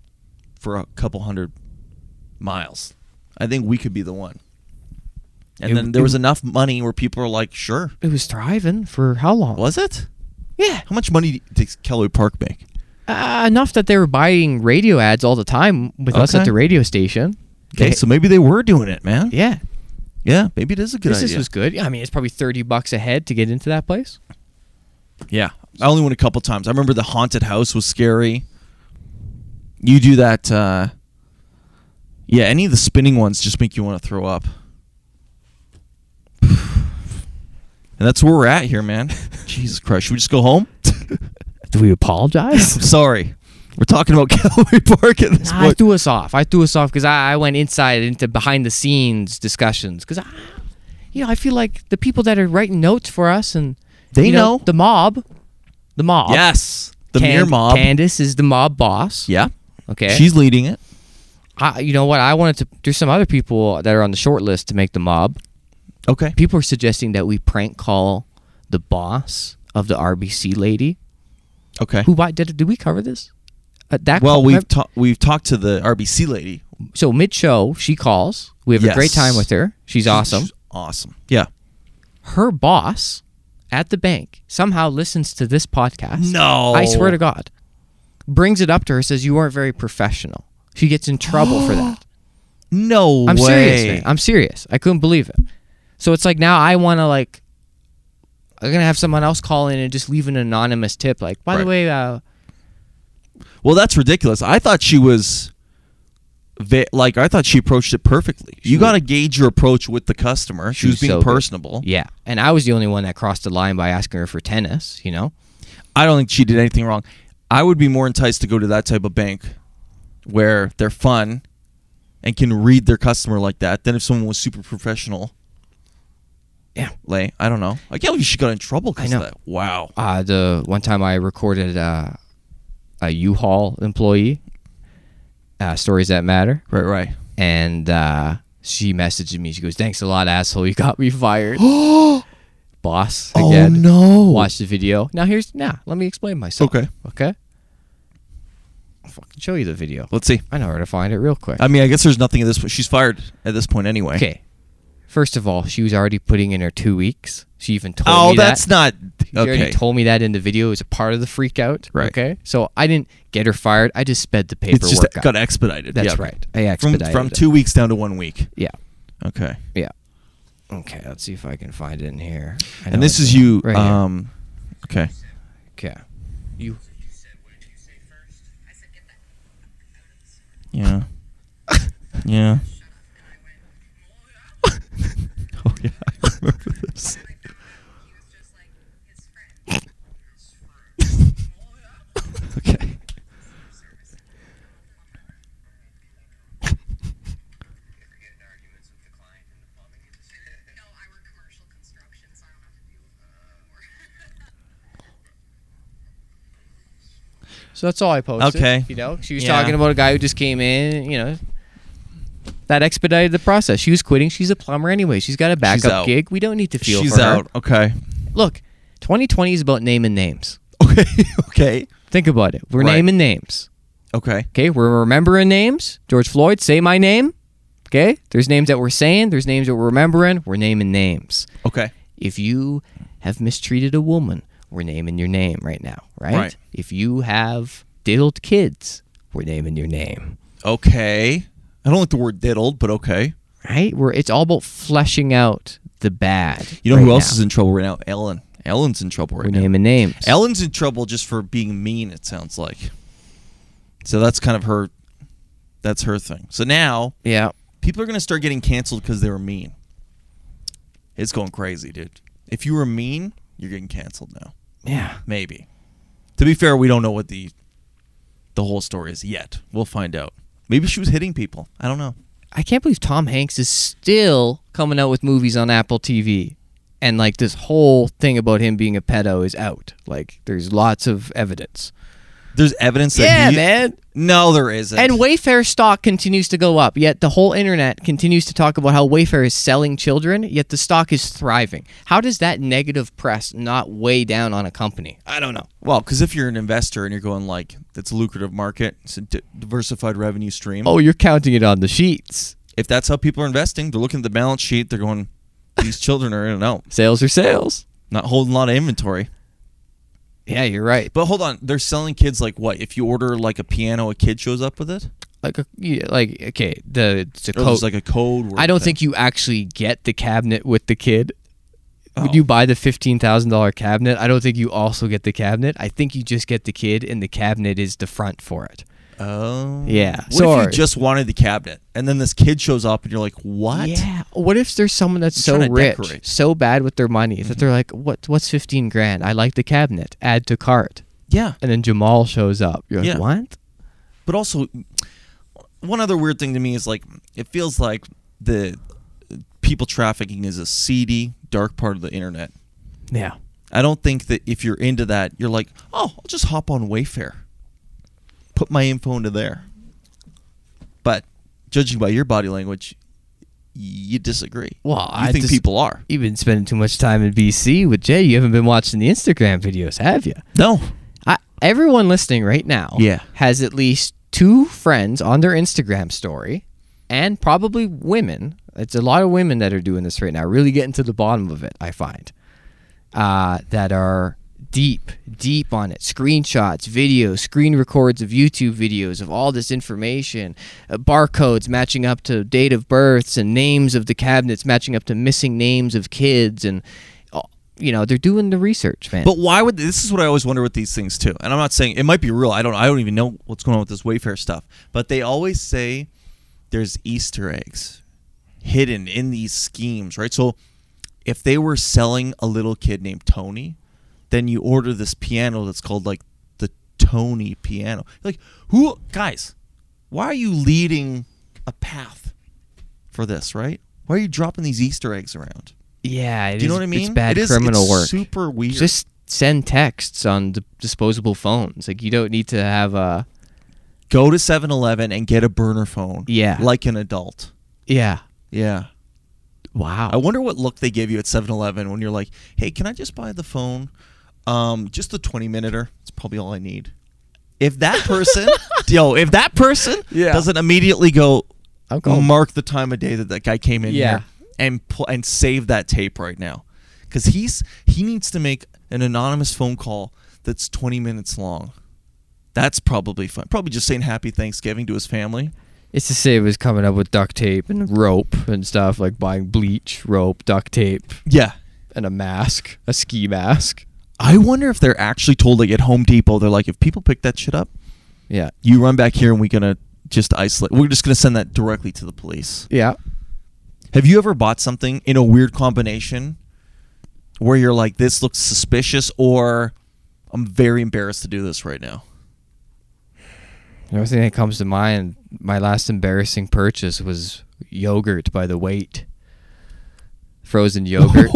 [SPEAKER 4] for a couple hundred miles. I think we could be the one. And
[SPEAKER 3] It-
[SPEAKER 4] then there
[SPEAKER 3] it-
[SPEAKER 4] was enough money where people are like, sure.
[SPEAKER 3] it was thriving for how long?
[SPEAKER 4] Was it?
[SPEAKER 3] Yeah,
[SPEAKER 4] How much money did Kelly Park make?
[SPEAKER 3] uh, enough that they were buying radio ads all the time with us
[SPEAKER 4] Okay.
[SPEAKER 3] at the radio station.
[SPEAKER 4] Okay,
[SPEAKER 3] They-
[SPEAKER 4] so maybe they were doing it, man.
[SPEAKER 3] yeah,
[SPEAKER 4] yeah, maybe it is a good
[SPEAKER 3] this
[SPEAKER 4] idea.
[SPEAKER 3] was good. I mean, it's probably thirty bucks a head to get into that place.
[SPEAKER 4] Yeah. I only went a couple times. I remember the haunted house was scary. You do that uh Yeah, any of the spinning ones just make you want to throw up. And that's where we're at here, man. Jesus Christ. Should we just go home?
[SPEAKER 3] Do we apologize?
[SPEAKER 4] I'm sorry. We're talking about Callaway Park at this
[SPEAKER 3] I
[SPEAKER 4] point.
[SPEAKER 3] threw us off. I threw us off because I, I went inside into behind the scenes discussions because I, you know, I feel like the people that are writing notes for us and
[SPEAKER 4] They
[SPEAKER 3] you
[SPEAKER 4] know.
[SPEAKER 3] the mob, the mob.
[SPEAKER 4] Yes. The
[SPEAKER 3] Can-
[SPEAKER 4] mere mob.
[SPEAKER 3] Candace is the mob boss.
[SPEAKER 4] yeah.
[SPEAKER 3] Okay.
[SPEAKER 4] She's leading it.
[SPEAKER 3] I, you know what? I wanted to. There's some other people that are on the short list to make the mob.
[SPEAKER 4] Okay.
[SPEAKER 3] People are suggesting that we prank call the boss of the RBC lady.
[SPEAKER 4] Okay.
[SPEAKER 3] Who bought? Did, did we cover this? Uh, that
[SPEAKER 4] Well,
[SPEAKER 3] call-
[SPEAKER 4] we've ta- we've talked to the RBC lady.
[SPEAKER 3] so mid show she calls. We have a great
[SPEAKER 4] Yes.
[SPEAKER 3] time with her. She's awesome.
[SPEAKER 4] She's awesome. Yeah.
[SPEAKER 3] her boss at the bank somehow listens to this podcast.
[SPEAKER 4] No.
[SPEAKER 3] I swear to God. Brings it up to her, says, You aren't very professional. She gets in trouble for that.
[SPEAKER 4] No
[SPEAKER 3] I'm
[SPEAKER 4] way.
[SPEAKER 3] serious. man. I'm serious. I couldn't believe it. So it's like now I want to, like, I'm going to have someone else call in and just leave an anonymous tip. Like, by the
[SPEAKER 4] Right.
[SPEAKER 3] way, uh,
[SPEAKER 4] Well, that's ridiculous. I thought she was, ve- like, I thought she approached it perfectly. you got to gauge your approach with the customer. She, was
[SPEAKER 3] was
[SPEAKER 4] being
[SPEAKER 3] so good.
[SPEAKER 4] personable.
[SPEAKER 3] yeah. And I was the only one that crossed the line by asking her for tennis, you know?
[SPEAKER 4] I don't think she did anything wrong. I would be more enticed to go to that type of bank where they're fun and can read their customer like that than if someone was super professional.
[SPEAKER 3] Yeah.
[SPEAKER 4] Lay, I don't know. I can't believe she got in trouble because
[SPEAKER 3] I
[SPEAKER 4] of
[SPEAKER 3] know.
[SPEAKER 4] that. Wow.
[SPEAKER 3] uh, the one time I recorded uh, a U-Haul employee, uh, stories that matter,
[SPEAKER 4] Right, right.
[SPEAKER 3] and uh, she messaged me. She goes, "Thanks a lot, asshole. You got me fired, boss." Again,
[SPEAKER 4] Oh, no.
[SPEAKER 3] Watch the video. Now here's now. let me explain myself.
[SPEAKER 4] Okay.
[SPEAKER 3] Okay. I'll fucking show you the video.
[SPEAKER 4] Let's see.
[SPEAKER 3] I know where to find it real quick.
[SPEAKER 4] I mean, I guess there's nothing at this point. She's fired at this point anyway.
[SPEAKER 3] okay. First of all, she was already putting in her two weeks. She even told
[SPEAKER 4] Oh,
[SPEAKER 3] me that.
[SPEAKER 4] that's not
[SPEAKER 3] She
[SPEAKER 4] okay.
[SPEAKER 3] already told me that in the video. It was a part of the freak out.
[SPEAKER 4] Right.
[SPEAKER 3] Okay. So I didn't get her fired. I just sped the paperwork.
[SPEAKER 4] It's just
[SPEAKER 3] up.
[SPEAKER 4] got expedited.
[SPEAKER 3] That's
[SPEAKER 4] yeah.
[SPEAKER 3] right. I
[SPEAKER 4] From
[SPEAKER 3] expedited
[SPEAKER 4] from
[SPEAKER 3] it.
[SPEAKER 4] two weeks down to one week.
[SPEAKER 3] Yeah.
[SPEAKER 4] Okay.
[SPEAKER 3] Yeah. Okay. Let's see if I can find it in here. I know
[SPEAKER 4] And this
[SPEAKER 3] it's
[SPEAKER 4] is you.
[SPEAKER 3] Right here.
[SPEAKER 4] um, okay.
[SPEAKER 3] Okay. You.
[SPEAKER 4] Yeah. yeah. oh yeah, I remember this. okay.
[SPEAKER 3] So that's all I posted.
[SPEAKER 4] Okay.
[SPEAKER 3] You know, she was
[SPEAKER 4] Yeah.
[SPEAKER 3] talking about a guy who just came in. You know, that expedited the process. She was quitting. She's a plumber anyway. She's got a backup
[SPEAKER 4] out.
[SPEAKER 3] gig. We don't need to feel
[SPEAKER 4] She's
[SPEAKER 3] for her.
[SPEAKER 4] out. Okay.
[SPEAKER 3] Look, 2020 is about naming names.
[SPEAKER 4] Okay. okay.
[SPEAKER 3] Think about it. We're
[SPEAKER 4] Right.
[SPEAKER 3] naming names.
[SPEAKER 4] Okay.
[SPEAKER 3] Okay, we're remembering names. George Floyd, say my name. Okay, there's names that we're saying, there's names that we're remembering. We're naming names.
[SPEAKER 4] Okay.
[SPEAKER 3] If you have mistreated a woman, we're naming your name right now, right?
[SPEAKER 4] Right.
[SPEAKER 3] If you have diddled kids, we're naming your name,
[SPEAKER 4] Okay. I don't like the word diddled, but okay.
[SPEAKER 3] right? We're it's all about fleshing out the bad.
[SPEAKER 4] You know
[SPEAKER 3] right
[SPEAKER 4] who else
[SPEAKER 3] now.
[SPEAKER 4] is in trouble right now? Ellen. Ellen's in trouble right
[SPEAKER 3] We're
[SPEAKER 4] now.
[SPEAKER 3] naming names.
[SPEAKER 4] Ellen's in trouble just for being mean. It sounds like. So that's kind of her. That's her thing. So now
[SPEAKER 3] Yeah.
[SPEAKER 4] people are going to start getting canceled because they were mean. It's going crazy, dude. If you were mean, you're getting canceled now.
[SPEAKER 3] Yeah.
[SPEAKER 4] Maybe. To be fair, we don't know what the the whole story is yet. We'll find out. Maybe she was hitting people. I don't know.
[SPEAKER 3] I can't believe Tom Hanks is still coming out with movies on Apple TV. And like this whole thing about him being a pedo is out. Like there's lots of evidence.
[SPEAKER 4] There's evidence that
[SPEAKER 3] Yeah,
[SPEAKER 4] he-
[SPEAKER 3] man.
[SPEAKER 4] No, there isn't.
[SPEAKER 3] And Wayfair stock continues to go up, yet the whole internet continues to talk about how Wayfair is selling children, yet the stock is thriving. How does that negative press not weigh down on a company? I don't know.
[SPEAKER 4] well, because if you're an investor and you're going like that's a lucrative market, it's a d- diversified revenue stream.
[SPEAKER 3] Oh, you're counting it on the sheets.
[SPEAKER 4] If that's how people are investing, they're looking at the balance sheet. They're going, these children are in and out,
[SPEAKER 3] Sales are sales.
[SPEAKER 4] not holding a lot of inventory.
[SPEAKER 3] Yeah, you're right.
[SPEAKER 4] But hold on, they're selling kids like what? If you order like a piano, a kid shows up with it.
[SPEAKER 3] Like, a, yeah, like okay, the it's a
[SPEAKER 4] Or
[SPEAKER 3] coat.
[SPEAKER 4] there's like a code. Word
[SPEAKER 3] I don't
[SPEAKER 4] thing.
[SPEAKER 3] think you actually get the cabinet with the kid. When you buy the fifteen thousand dollar cabinet, I don't think you also get the cabinet. I think you just get the kid, and the cabinet is the front for it.
[SPEAKER 4] Oh.
[SPEAKER 3] Yeah.
[SPEAKER 4] What
[SPEAKER 3] Sorry.
[SPEAKER 4] if you just wanted the cabinet, and then this kid shows up, and you're like, "What?
[SPEAKER 3] Yeah. What if there's someone that's
[SPEAKER 4] I'm
[SPEAKER 3] so
[SPEAKER 4] trying to
[SPEAKER 3] rich,
[SPEAKER 4] decorate.
[SPEAKER 3] so bad with their money that they're like, "What? What's fifteen grand? I like the cabinet. Add to cart."
[SPEAKER 4] Yeah.
[SPEAKER 3] And then Jamal shows up. You're like,
[SPEAKER 4] Yeah.
[SPEAKER 3] "What?"
[SPEAKER 4] But also, one other weird thing to me is like, it feels like the people trafficking is a seedy, dark part of the internet.
[SPEAKER 3] Yeah.
[SPEAKER 4] I don't think that if you're into that, you're like, "Oh, I'll just hop on Wayfair, put my info into there." But judging by your body language, you disagree.
[SPEAKER 3] Well,
[SPEAKER 4] you
[SPEAKER 3] I
[SPEAKER 4] think
[SPEAKER 3] dis-
[SPEAKER 4] people are.
[SPEAKER 3] You've been spending too much time in BC with Jay. You haven't been watching the Instagram videos, have you?
[SPEAKER 4] No.
[SPEAKER 3] I, everyone listening right now
[SPEAKER 4] Yeah.
[SPEAKER 3] has at least two friends on their Instagram story and probably women. It's a lot of women that are doing this right now, really getting to the bottom of it, I find, uh, that are deep, deep on it. Screenshots, videos, screen records of YouTube videos of all this information, uh, barcodes matching up to date of births and names of the cabinets matching up to missing names of kids. And, uh, you know, they're doing the research, man.
[SPEAKER 4] But why would this is what I always wonder with these things too. And I'm not saying it might be real. I don't I don't even know what's going on with this Wayfair stuff. But they always say there's Easter eggs hidden in these schemes, right? So if they were selling a little kid named Tony, then you order this piano that's called like the Tony piano. Like who guys, why are you leading a path for this, right? Why are you dropping these Easter eggs around?
[SPEAKER 3] Yeah, it
[SPEAKER 4] Do you know
[SPEAKER 3] is-
[SPEAKER 4] what I mean?
[SPEAKER 3] It's bad
[SPEAKER 4] It is-
[SPEAKER 3] criminal
[SPEAKER 4] it's
[SPEAKER 3] work.
[SPEAKER 4] Super weird.
[SPEAKER 3] Just send texts on d- disposable phones. Like you don't need to have a
[SPEAKER 4] go to 7-Eleven and get a burner phone.
[SPEAKER 3] Yeah.
[SPEAKER 4] Like an adult.
[SPEAKER 3] yeah.
[SPEAKER 4] Yeah.
[SPEAKER 3] Wow.
[SPEAKER 4] I wonder what look they give you at 7-Eleven when you're like, "Hey, can I just buy the phone? Um, just the 20-minuter. It's probably all I need." If that person, yo, if that person
[SPEAKER 3] Yeah.
[SPEAKER 4] doesn't immediately go
[SPEAKER 3] I'm going-
[SPEAKER 4] mark the time of day that that guy came in
[SPEAKER 3] Yeah.
[SPEAKER 4] here and pl- and save that tape right now. Cuz he's he needs to make an anonymous phone call that's 20 minutes long. That's probably fun. Probably just saying happy Thanksgiving to his family.
[SPEAKER 3] It's to say it was coming up with duct tape and rope and stuff like buying bleach, rope, duct tape,
[SPEAKER 4] Yeah.
[SPEAKER 3] and a mask, a ski mask.
[SPEAKER 4] I wonder if they're actually told like at Home Depot, they're like, if people pick that shit up,
[SPEAKER 3] Yeah.
[SPEAKER 4] you run back here and we're gonna just isolate. We're just gonna send that directly to the police.
[SPEAKER 3] Yeah.
[SPEAKER 4] Have you ever bought something in a weird combination where you're like, this looks suspicious, or I'm very embarrassed to do this right now?
[SPEAKER 3] The only thing that comes to mind, my last embarrassing purchase was yogurt by the weight. Frozen yogurt.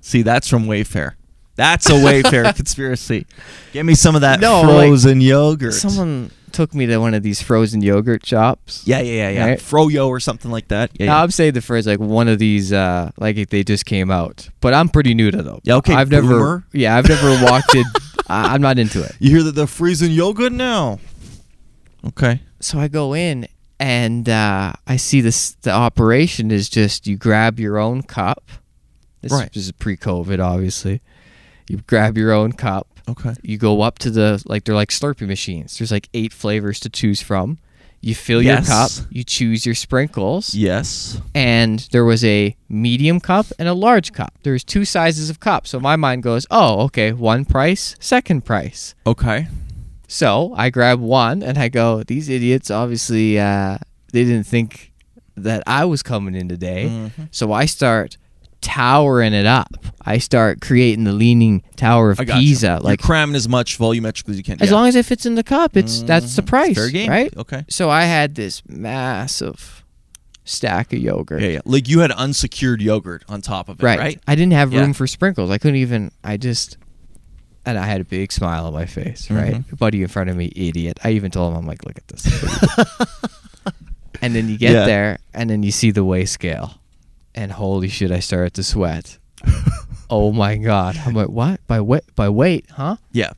[SPEAKER 4] See, that's from Wayfair. That's a Wayfair conspiracy. Get me some of that
[SPEAKER 3] No, like,
[SPEAKER 4] frozen yogurt.
[SPEAKER 3] Someone took me to one of these frozen yogurt shops.
[SPEAKER 4] yeah, yeah, yeah, yeah.
[SPEAKER 3] Right.
[SPEAKER 4] Froyo or something like that. Yeah,
[SPEAKER 3] No,
[SPEAKER 4] yeah.
[SPEAKER 3] I'm saying the phrase like one of these, uh, like if they just came out. But I'm pretty new to them.
[SPEAKER 4] Yeah, okay,
[SPEAKER 3] I've
[SPEAKER 4] boomer.
[SPEAKER 3] never, yeah, I've never walked in. I, I'm not into it.
[SPEAKER 4] You hear that they're freezing yogurt now? Okay.
[SPEAKER 3] So I go in and uh, I see this. The operation is just you grab your own cup. This
[SPEAKER 4] Right.
[SPEAKER 3] is pre-COVID, obviously. You grab your own cup.
[SPEAKER 4] Okay.
[SPEAKER 3] You go up to the like they're like Slurpee machines. There's like eight flavors to choose from. You fill
[SPEAKER 4] Yes.
[SPEAKER 3] your cup. You choose your sprinkles.
[SPEAKER 4] Yes.
[SPEAKER 3] and there was a medium cup and a large cup. There's two sizes of cups. So my mind goes, oh, okay, one price, second price.
[SPEAKER 4] Okay.
[SPEAKER 3] So I grab one and I go, these idiots obviously uh, they didn't think that I was coming in today.
[SPEAKER 4] Mm-hmm.
[SPEAKER 3] So I start towering it up. I start creating the leaning tower of
[SPEAKER 4] I got
[SPEAKER 3] Pisa.
[SPEAKER 4] you.
[SPEAKER 3] Like
[SPEAKER 4] You're cramming as much volumetrically as you can.
[SPEAKER 3] as
[SPEAKER 4] Yeah.
[SPEAKER 3] long as it fits in the cup, it's that's the price.
[SPEAKER 4] Mm-hmm. fair game.
[SPEAKER 3] Right?
[SPEAKER 4] Okay.
[SPEAKER 3] So I had this massive stack of yogurt.
[SPEAKER 4] yeah, yeah. Like you had unsecured yogurt on top of it, right?
[SPEAKER 3] I didn't have
[SPEAKER 4] Yeah.
[SPEAKER 3] room for sprinkles. I couldn't even. I just. And I had a big smile on my
[SPEAKER 4] Mm-hmm.
[SPEAKER 3] face, right? Buddy in front of me, idiot. I even told him, I'm like, look at this. and then you get
[SPEAKER 4] Yeah.
[SPEAKER 3] there, and then you see the weigh scale, and holy shit, I started to sweat. oh my god! I'm like, what? By weight? By weight? Huh?
[SPEAKER 4] Yeah.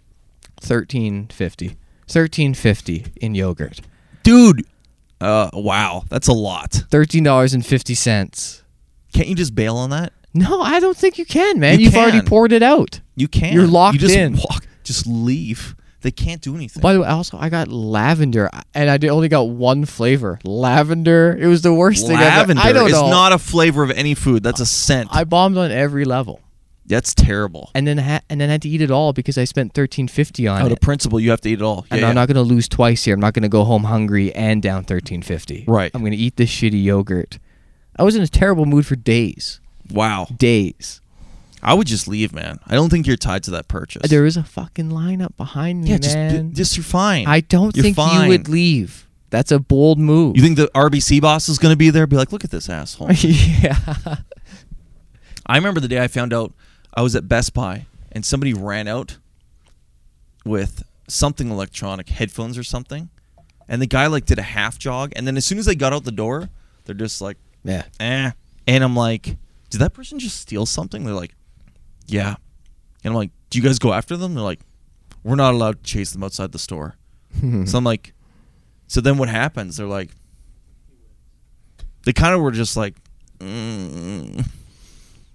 [SPEAKER 3] Thirteen fifty. Thirteen fifty in yogurt.
[SPEAKER 4] Dude. Uh, wow, that's a lot.
[SPEAKER 3] Thirteen dollars and fifty cents.
[SPEAKER 4] Can't you just bail on that?
[SPEAKER 3] No, I don't think you can, man.
[SPEAKER 4] You
[SPEAKER 3] You've already
[SPEAKER 4] can.
[SPEAKER 3] poured it out.
[SPEAKER 4] You can't.
[SPEAKER 3] You're locked
[SPEAKER 4] you just
[SPEAKER 3] in.
[SPEAKER 4] Walk, just leave. They can't do anything.
[SPEAKER 3] By the way, also I got lavender, and I did- only got one flavor. Lavender. It was the worst thing.
[SPEAKER 4] Lavender
[SPEAKER 3] I've ever. I don't
[SPEAKER 4] is
[SPEAKER 3] know.
[SPEAKER 4] not a flavor of any food. That's a scent.
[SPEAKER 3] I bombed on every level,
[SPEAKER 4] that's terrible.
[SPEAKER 3] and then ha- and then had to eat it all because I spent thirteen fifty on
[SPEAKER 4] Out
[SPEAKER 3] it.
[SPEAKER 4] of principle, you have to eat it all. Oh, Yeah,
[SPEAKER 3] and
[SPEAKER 4] yeah.
[SPEAKER 3] I'm not gonna lose twice here. I'm not gonna go home hungry and down thirteen fifty.
[SPEAKER 4] Right.
[SPEAKER 3] I'm gonna eat this shitty yogurt. I was in a terrible mood for days.
[SPEAKER 4] wow.
[SPEAKER 3] Days.
[SPEAKER 4] I would just leave, man. I don't think you're tied to that purchase.
[SPEAKER 3] There was a fucking lineup behind me,
[SPEAKER 4] yeah, just,
[SPEAKER 3] man.
[SPEAKER 4] just you're fine.
[SPEAKER 3] I don't
[SPEAKER 4] You're
[SPEAKER 3] think
[SPEAKER 4] fine.
[SPEAKER 3] you would leave. That's a bold move.
[SPEAKER 4] You think the RBC boss is going to be there? Be like, look at this asshole.
[SPEAKER 3] yeah.
[SPEAKER 4] I remember the day I found out I was at Best Buy and somebody ran out with something electronic, headphones or something, and the guy like did a half jog, and then as soon as they got out the door, they're just like,
[SPEAKER 3] Yeah.
[SPEAKER 4] eh. And I'm like, did that person just steal something? They're like, yeah. And I'm like, do you guys go after them? They're like, we're not allowed to chase them outside the store. so I'm like, so then what happens? They're like, they kind of were just like, mm,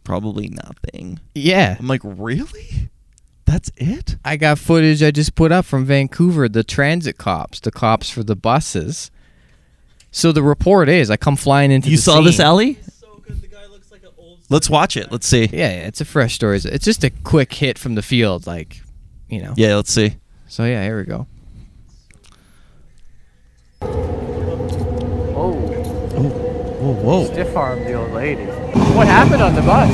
[SPEAKER 4] probably nothing.
[SPEAKER 3] Yeah.
[SPEAKER 4] I'm like, really? That's it?
[SPEAKER 3] I got footage I just put up from Vancouver, the transit cops, the cops for the buses. So the report is I come flying into the scene.
[SPEAKER 4] alley?
[SPEAKER 1] So good. The guy looks like an old.
[SPEAKER 4] Let's watch it. Let's see.
[SPEAKER 3] Yeah, yeah, it's a fresh story. It's- It's just a quick hit from the field, like, you know.
[SPEAKER 4] Yeah, let's see.
[SPEAKER 3] So yeah, here we go.
[SPEAKER 4] Whoa, whoa.
[SPEAKER 7] Stiff armed Oh, the old lady. What happened on the bus?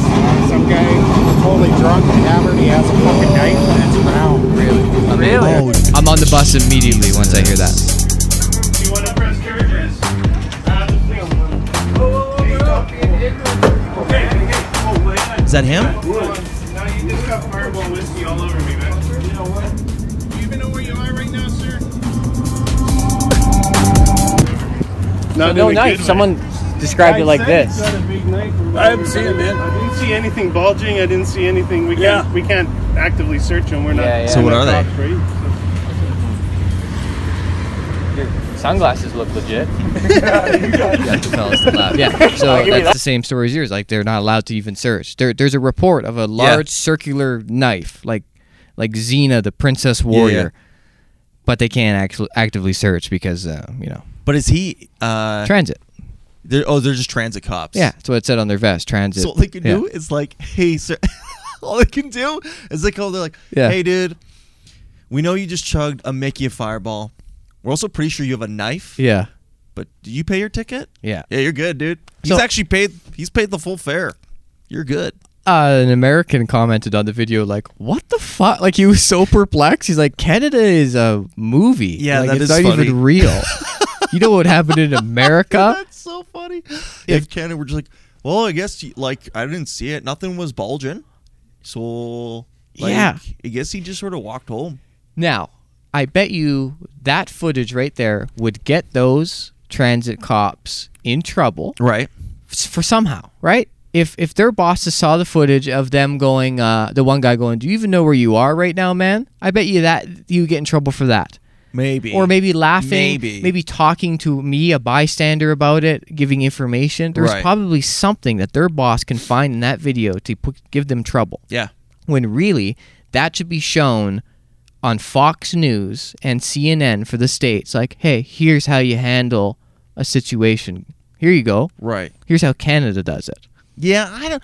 [SPEAKER 8] Some guy totally drunk and hammered. He has a fucking knife and it's brown.
[SPEAKER 7] Really?
[SPEAKER 3] I'm on the bus immediately once I hear that.
[SPEAKER 8] Oh,
[SPEAKER 4] Is that him?
[SPEAKER 8] Now you just got fireball whiskey all over me, man. You know what? Do you even know where you are right now, sir? Not
[SPEAKER 7] No knife. Someone described it like this.
[SPEAKER 8] I haven't seen it, man. I didn't see anything bulging. I didn't see anything. We can't. We can't actively search them. We're not.
[SPEAKER 7] Yeah, yeah.
[SPEAKER 4] So what are they?
[SPEAKER 7] Sunglasses look legit.
[SPEAKER 3] Got the fellas to laugh. Yeah. So that's the same story as yours. Like they're not allowed to even search. There, there's a report of a large circular knife, like, like Xena, the Princess Warrior, but they can't actually actively search because, uh, you know,
[SPEAKER 4] But is he? Uh,
[SPEAKER 3] transit.
[SPEAKER 4] they're, oh, they're just transit cops.
[SPEAKER 3] Yeah, that's what it said on their vest. Transit.
[SPEAKER 4] So all they can
[SPEAKER 3] Yeah.
[SPEAKER 4] do is like, hey, sir. all they can do is they call. They're like,
[SPEAKER 3] Yeah.
[SPEAKER 4] hey, dude. We know you just chugged a Mickey a Fireball. We're also pretty sure you have a knife.
[SPEAKER 3] Yeah.
[SPEAKER 4] But do you pay your ticket?
[SPEAKER 3] Yeah.
[SPEAKER 4] Yeah, you're good, dude. He's
[SPEAKER 3] So-
[SPEAKER 4] actually paid. He's paid the full fare. You're good.
[SPEAKER 3] Uh, an American commented on the video like, "What the fuck?" Like he was so perplexed. He's like, "Canada is a movie.
[SPEAKER 4] Yeah,
[SPEAKER 3] like,
[SPEAKER 4] that
[SPEAKER 3] it's
[SPEAKER 4] is
[SPEAKER 3] not
[SPEAKER 4] funny.
[SPEAKER 3] even real." you know what happened in America?
[SPEAKER 4] That's so funny. If Canada were just like, well, I guess you- like I didn't see it. Nothing was bulging. So like,
[SPEAKER 3] Yeah.
[SPEAKER 4] I guess he just sort of walked home.
[SPEAKER 3] Now, I bet you that footage right there would get those transit cops in trouble
[SPEAKER 4] Right.
[SPEAKER 3] s- for somehow, right? If if their bosses saw the footage of them going, uh, the one guy going, "Do you even know where you are right now, man?" I bet you that you get in trouble for that.
[SPEAKER 4] Maybe.
[SPEAKER 3] or maybe laughing,
[SPEAKER 4] Maybe.
[SPEAKER 3] talking to me, a bystander, about it, giving information. There's
[SPEAKER 4] Right.
[SPEAKER 3] probably something that their boss can find in that video to pu- give them trouble.
[SPEAKER 4] Yeah.
[SPEAKER 3] When really, that should be shown on Fox News and CNN for the states. Like, hey, here's how you handle a situation. Here you go.
[SPEAKER 4] Right.
[SPEAKER 3] Here's how Canada does it.
[SPEAKER 4] Yeah. I don't.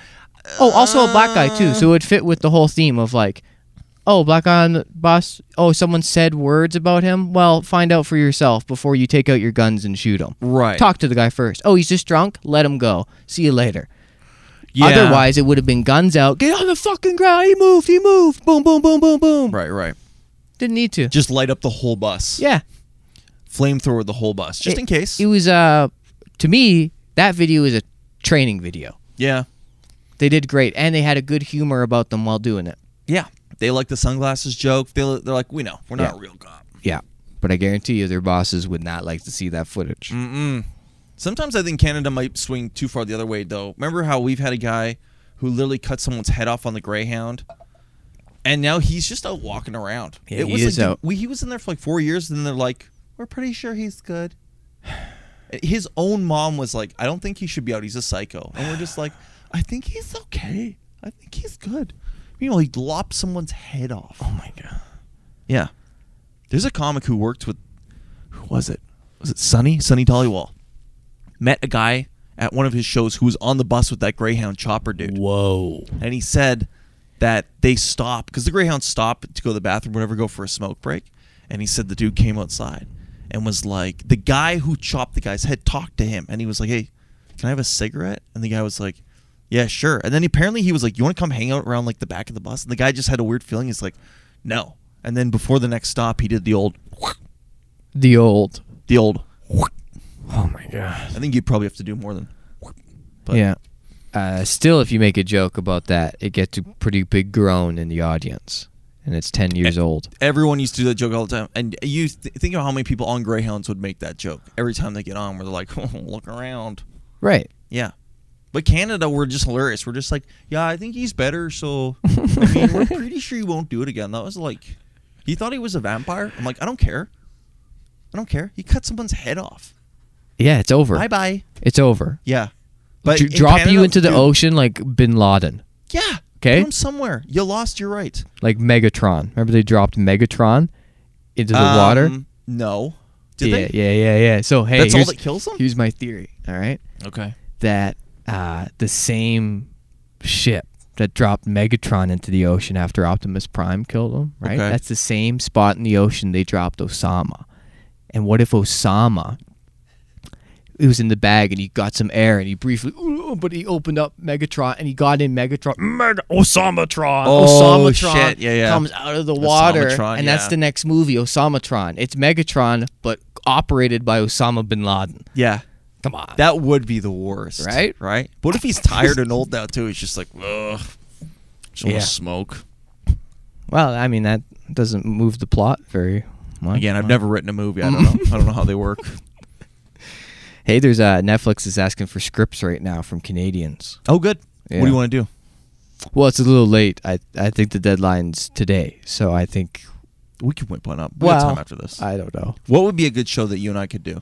[SPEAKER 3] Oh, also a black guy too, so it would fit with the whole theme of like oh, Black on Boss, oh, someone said words about him. Well, find out for yourself before you take out your guns and shoot him.
[SPEAKER 4] Right.
[SPEAKER 3] Talk to the guy first. Oh, he's just drunk. Let him go. See you later.
[SPEAKER 4] Yeah.
[SPEAKER 3] Otherwise, it would have been guns out. Get on the fucking ground. He moved. He moved. Boom, boom, boom, boom, boom.
[SPEAKER 4] Right, right.
[SPEAKER 3] Didn't need to.
[SPEAKER 4] Just light up the whole bus.
[SPEAKER 3] yeah.
[SPEAKER 4] Flamethrower the whole bus, just
[SPEAKER 3] It-
[SPEAKER 4] in case.
[SPEAKER 3] It was uh to me that video is a training video.
[SPEAKER 4] yeah.
[SPEAKER 3] They did great and they had a good humor about them while doing it.
[SPEAKER 4] Yeah. They like the sunglasses joke. They, they're like, we know. We're not a real cop.
[SPEAKER 3] Yeah. But I guarantee you their bosses would not like to see that footage.
[SPEAKER 4] Sometimes I think Canada might swing too far the other way, though. Remember how we've had a guy who literally cut someone's head off on the Greyhound, and now he's just out walking around.
[SPEAKER 3] Yeah,
[SPEAKER 4] it
[SPEAKER 3] he
[SPEAKER 4] was
[SPEAKER 3] is
[SPEAKER 4] like the-
[SPEAKER 3] out.
[SPEAKER 4] we, he was in there for like four years, and they're like, "We're pretty sure he's good." His own mom was like, "I don't think he should be out. He's a psycho," and we're just like, "I think he's okay. I think he's good." Meanwhile, he lopped someone's head off. Oh my god! Yeah, there's a comic who worked with who was it? Was it Sonny? Sonny Dollywall. Met a guy at one of his shows who was on the bus with that Greyhound chopper dude.
[SPEAKER 3] Whoa.
[SPEAKER 4] And he said that they stopped because the Greyhounds stopped to go to the bathroom, whatever, go for a smoke break. And he said the dude came outside and was like, the guy who chopped the guy's head talked to him. And he was like, hey, can I have a cigarette? And the guy was like, yeah, sure. And then apparently he was like, you want to come hang out around like the back of the bus? And the guy just had a weird feeling. He's like, no. And then before the next stop, he did the old,
[SPEAKER 3] The old.
[SPEAKER 4] the old.
[SPEAKER 3] Oh my god.
[SPEAKER 4] I think you probably have to do more than. But-
[SPEAKER 3] yeah. Uh, still, if you make a joke about that, it gets a pretty big groan in the audience, and it's ten years old.
[SPEAKER 4] Everyone used to do that joke all the time, and you th- think of how many people on Greyhounds would make that joke every time they get on, where they're like, oh, "Look around."
[SPEAKER 3] Right.
[SPEAKER 4] Yeah, but Canada, we're just hilarious. We're just like, "Yeah, I think he's better." So, I mean, we're pretty sure he won't do it again. That was like, he thought he was a vampire. I'm like, I don't care. I don't care. He cut someone's head off.
[SPEAKER 3] Yeah, it's over.
[SPEAKER 4] Bye bye.
[SPEAKER 3] It's over.
[SPEAKER 4] Yeah, but
[SPEAKER 3] Dr-
[SPEAKER 4] in
[SPEAKER 3] drop you
[SPEAKER 4] Canada,
[SPEAKER 3] into the
[SPEAKER 4] dude,
[SPEAKER 3] ocean like Bin Laden,
[SPEAKER 4] Yeah.
[SPEAKER 3] Okay.
[SPEAKER 4] Put him somewhere. You lost your right.
[SPEAKER 3] like Megatron. Remember they dropped Megatron into the water.
[SPEAKER 4] Um, No. Did
[SPEAKER 3] Yeah,
[SPEAKER 4] they?
[SPEAKER 3] yeah, yeah, yeah. So hey,
[SPEAKER 4] That's all
[SPEAKER 3] here's-
[SPEAKER 4] that kills them?
[SPEAKER 3] Here's my theory. All right,
[SPEAKER 4] Okay.
[SPEAKER 3] that uh, the same ship that dropped Megatron into the ocean after Optimus Prime killed him, right?
[SPEAKER 4] Okay.
[SPEAKER 3] That's the same spot in the ocean they dropped Osama. And what if Osama? It was in the bag, and he got some air, and he briefly, "Ooh," but he opened up Megatron, and he got in Megatron, Mega Osamatron,
[SPEAKER 4] Oh,
[SPEAKER 3] Osamatron
[SPEAKER 4] shit. Yeah, yeah.
[SPEAKER 3] comes out of the water,
[SPEAKER 4] Osamatron,
[SPEAKER 3] and that's
[SPEAKER 4] yeah.
[SPEAKER 3] the next movie, Osamatron. It's Megatron, but operated by Osama bin Laden.
[SPEAKER 4] Yeah.
[SPEAKER 3] Come on,
[SPEAKER 4] That would be the worst.
[SPEAKER 3] Right?
[SPEAKER 4] Right? But what if he's tired and old now too? He's just like, ugh. Just want
[SPEAKER 3] Yeah.
[SPEAKER 4] to smoke.
[SPEAKER 3] Well, I mean that doesn't move the plot very much.
[SPEAKER 4] Again, I've never written a movie. I don't know. I don't know how they work.
[SPEAKER 3] Hey, there's uh, Netflix is asking for scripts right now from Canadians.
[SPEAKER 4] Oh, good. What
[SPEAKER 3] Yeah.
[SPEAKER 4] do you want to do?
[SPEAKER 3] Well, it's a little late. I I think the deadline's today, so I think.
[SPEAKER 4] We can whip one up. We
[SPEAKER 3] Well,
[SPEAKER 4] got time after this.
[SPEAKER 3] I don't know.
[SPEAKER 4] what would be a good show that you and I could do?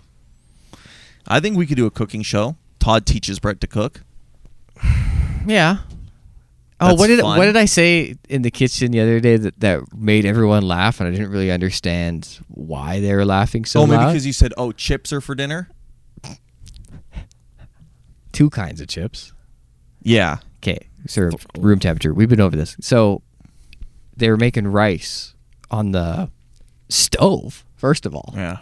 [SPEAKER 4] I think we could do a cooking show. Todd teaches Brett to cook.
[SPEAKER 3] Yeah. Oh,
[SPEAKER 4] That's
[SPEAKER 3] what did
[SPEAKER 4] fun.
[SPEAKER 3] what did I say in the kitchen the other day that, that made everyone laugh, and I didn't really understand why they were laughing so
[SPEAKER 4] oh, maybe
[SPEAKER 3] loud?
[SPEAKER 4] because you said, "Oh, chips are for dinner."
[SPEAKER 3] Two kinds of chips.
[SPEAKER 4] Yeah.
[SPEAKER 3] Okay, served
[SPEAKER 4] oh.
[SPEAKER 3] room temperature. We've been over this. So they were making rice on the stove. First of all,
[SPEAKER 4] Yeah.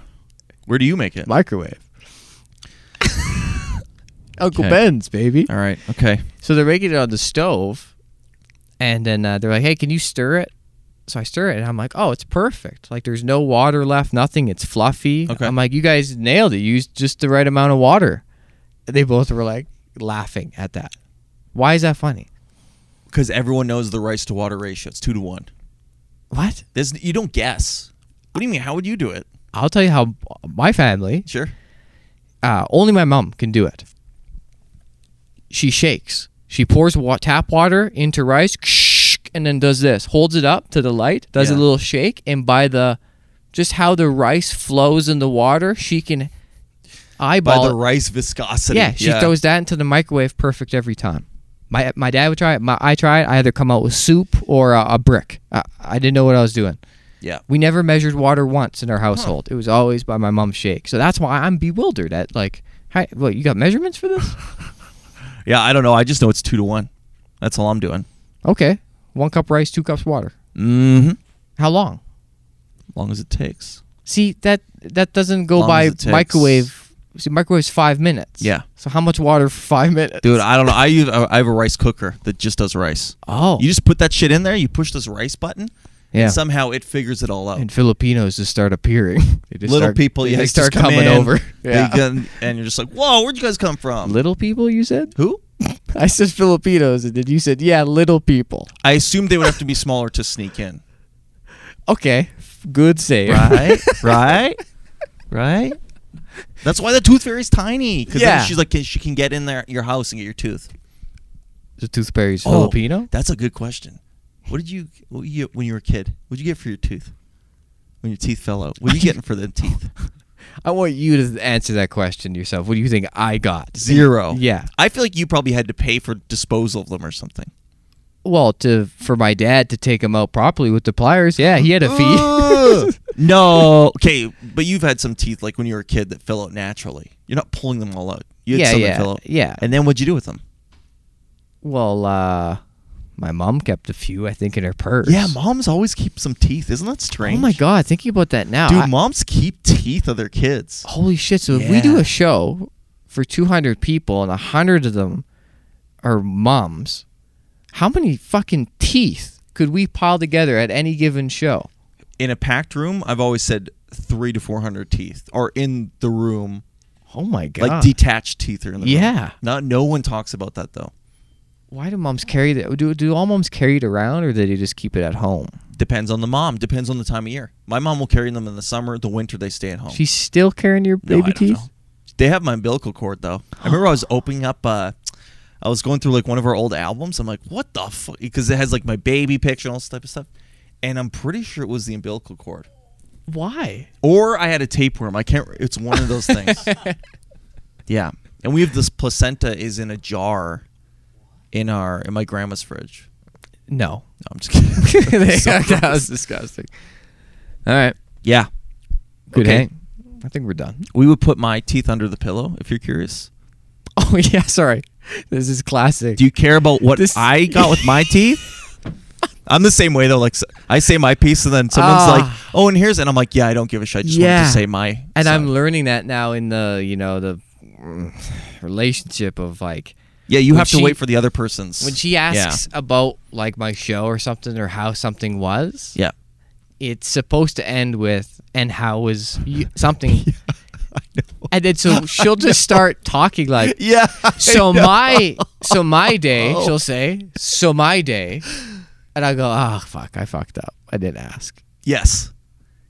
[SPEAKER 4] Where do you make it?
[SPEAKER 3] microwave. Uncle
[SPEAKER 4] Okay.
[SPEAKER 3] Ben's baby.
[SPEAKER 4] All right. Okay.
[SPEAKER 3] So they're making it on the stove, and then uh, they're like, "Hey, can you stir it?" So I stir it, and I'm like, "Oh, it's perfect. Like there's no water left, nothing. It's fluffy."
[SPEAKER 4] Okay.
[SPEAKER 3] I'm like, "You guys nailed it. You used just the right amount of water." And they both were like laughing at that. Why is that funny?
[SPEAKER 4] Because everyone knows the rice to water ratio. It's two to one.
[SPEAKER 3] What?
[SPEAKER 4] There's you don't guess. What do you mean? How would you do it?
[SPEAKER 3] I'll tell you how my family,
[SPEAKER 4] Sure.
[SPEAKER 3] uh, only my mom can do it. She shakes. She pours wa- tap water into rice, and then does this. Holds it up to the light, does a
[SPEAKER 4] Yeah.
[SPEAKER 3] little shake, and by the just how the rice flows in the water, she can
[SPEAKER 4] By
[SPEAKER 3] eyeball.
[SPEAKER 4] the
[SPEAKER 3] it.
[SPEAKER 4] rice viscosity.
[SPEAKER 3] yeah, she throws that into the microwave, perfect every time. My my dad would try it. My I try it. I either come out with soup or a, a brick. I, I didn't know what I was doing.
[SPEAKER 4] Yeah.
[SPEAKER 3] We never measured water once in our household. It was always by my mom's shake. So that's why I'm bewildered at like, hi, what, you got measurements for this?
[SPEAKER 4] Yeah, I don't know. I just know it's two to one. That's all I'm doing.
[SPEAKER 3] okay. One cup rice, two cups water.
[SPEAKER 4] Mm-hmm.
[SPEAKER 3] How long?
[SPEAKER 4] Long as it takes.
[SPEAKER 3] See that that doesn't go
[SPEAKER 4] Long
[SPEAKER 3] by
[SPEAKER 4] as it takes.
[SPEAKER 3] microwave. See, microwave's five minutes.
[SPEAKER 4] Yeah.
[SPEAKER 3] So how much water for five minutes,
[SPEAKER 4] Dude, I don't know. I use I have a rice cooker that just does rice.
[SPEAKER 3] oh,
[SPEAKER 4] You just put that shit in there. You push this rice button.
[SPEAKER 3] yeah.
[SPEAKER 4] And somehow it figures it all out.
[SPEAKER 3] and Filipinos just start appearing. They just
[SPEAKER 4] Little
[SPEAKER 3] start-
[SPEAKER 4] people, yeah,
[SPEAKER 3] they
[SPEAKER 4] just
[SPEAKER 3] start
[SPEAKER 4] come
[SPEAKER 3] coming
[SPEAKER 4] in,
[SPEAKER 3] over.
[SPEAKER 4] they
[SPEAKER 3] Yeah.
[SPEAKER 4] get- and you're just like, whoa, where'd you guys come from?
[SPEAKER 3] little people, you said?
[SPEAKER 4] Who?
[SPEAKER 3] I said Filipinos, and then you said, yeah, little people.
[SPEAKER 4] I assumed they would have to be smaller to sneak in.
[SPEAKER 3] Okay, good save.
[SPEAKER 4] right, right. That's why the tooth fairy's tiny. Because
[SPEAKER 3] Yeah.
[SPEAKER 4] she's like, she can get in there your house and get your tooth.
[SPEAKER 3] the Tooth Fairy's
[SPEAKER 4] Oh,
[SPEAKER 3] Filipino?
[SPEAKER 4] That's a good question. What did you, what you get when you were a kid? What did you get for your tooth? When your teeth fell out, what are you getting for the teeth?
[SPEAKER 3] I want you to answer that question yourself. What do you think I got?
[SPEAKER 4] Zero.
[SPEAKER 3] Yeah.
[SPEAKER 4] I feel like you probably had to pay for disposal of them or something.
[SPEAKER 3] Well, to for my dad to take him out properly with the pliers, yeah, he had a fee.
[SPEAKER 4] no. Okay, but you've had some teeth like when you were a kid that fell out naturally. You're not pulling them all out. You had
[SPEAKER 3] Yeah,
[SPEAKER 4] some that
[SPEAKER 3] yeah,
[SPEAKER 4] fell out.
[SPEAKER 3] yeah.
[SPEAKER 4] And then what'd you do with them?
[SPEAKER 3] well, uh, my mom kept a few, I think, in her purse.
[SPEAKER 4] Yeah, moms always keep some teeth. Isn't that
[SPEAKER 3] Oh
[SPEAKER 4] strange?
[SPEAKER 3] my god, thinking about that now,
[SPEAKER 4] Dude,
[SPEAKER 3] I-
[SPEAKER 4] moms keep teeth of their kids.
[SPEAKER 3] holy shit! So if we do
[SPEAKER 4] Yeah.
[SPEAKER 3] a show for 200 people and 100 of them are moms, how many fucking teeth could we pile together at any given show?
[SPEAKER 4] In a packed room, I've always said three to four hundred teeth are in the room.
[SPEAKER 3] Oh my god!
[SPEAKER 4] Like detached teeth are in the room.
[SPEAKER 3] Yeah.
[SPEAKER 4] Not no one talks about that though.
[SPEAKER 3] Why do moms carry that? Do, do all moms carry it around, or do they just keep it at home?
[SPEAKER 4] Depends on the mom, depends on the time of year. My mom will carry them in the summer, the winter they stay at home.
[SPEAKER 3] She's still carrying your
[SPEAKER 4] No,
[SPEAKER 3] baby
[SPEAKER 4] I don't
[SPEAKER 3] teeth.
[SPEAKER 4] know. They have my umbilical cord though. I remember I was opening up. Uh, I was going through like one of our old albums. I'm like, what the fuck? Because it has like my baby picture and all this type of stuff. And I'm pretty sure it was the umbilical cord,
[SPEAKER 3] Why?
[SPEAKER 4] or I had a tapeworm. I can't. It's one of those things. yeah. And we have this placenta is in a jar, in our in my grandma's fridge.
[SPEAKER 3] No.
[SPEAKER 4] No, I'm just kidding.
[SPEAKER 3] that was disgusting. All right.
[SPEAKER 4] yeah.
[SPEAKER 3] Good
[SPEAKER 4] Okay.
[SPEAKER 3] hang. I think we're done.
[SPEAKER 4] We would put my teeth under the pillow if you're curious.
[SPEAKER 3] Oh yeah, sorry. This is classic.
[SPEAKER 4] Do you care about what
[SPEAKER 3] This-
[SPEAKER 4] I got with my teeth? I'm the same way though. Like s- I say my piece, and then someone's
[SPEAKER 3] Ah.
[SPEAKER 4] like, "Oh, and here's," and I'm like, "Yeah, I don't give a shit. I just wanted
[SPEAKER 3] Yeah.
[SPEAKER 4] to say my."
[SPEAKER 3] and I'm
[SPEAKER 4] side."
[SPEAKER 3] learning that now in the you know the mm, relationship of like
[SPEAKER 4] yeah. You
[SPEAKER 3] when
[SPEAKER 4] have to
[SPEAKER 3] she-
[SPEAKER 4] wait for the other person's.
[SPEAKER 3] when she asks about like my show or something or how something was.
[SPEAKER 4] yeah,
[SPEAKER 3] It's supposed to end with and how was you, something. And then so she'll just start talking like
[SPEAKER 4] yeah, yeah.
[SPEAKER 3] so my so my day she'll say so my day and i go oh fuck i fucked up i didn't ask
[SPEAKER 4] Yes.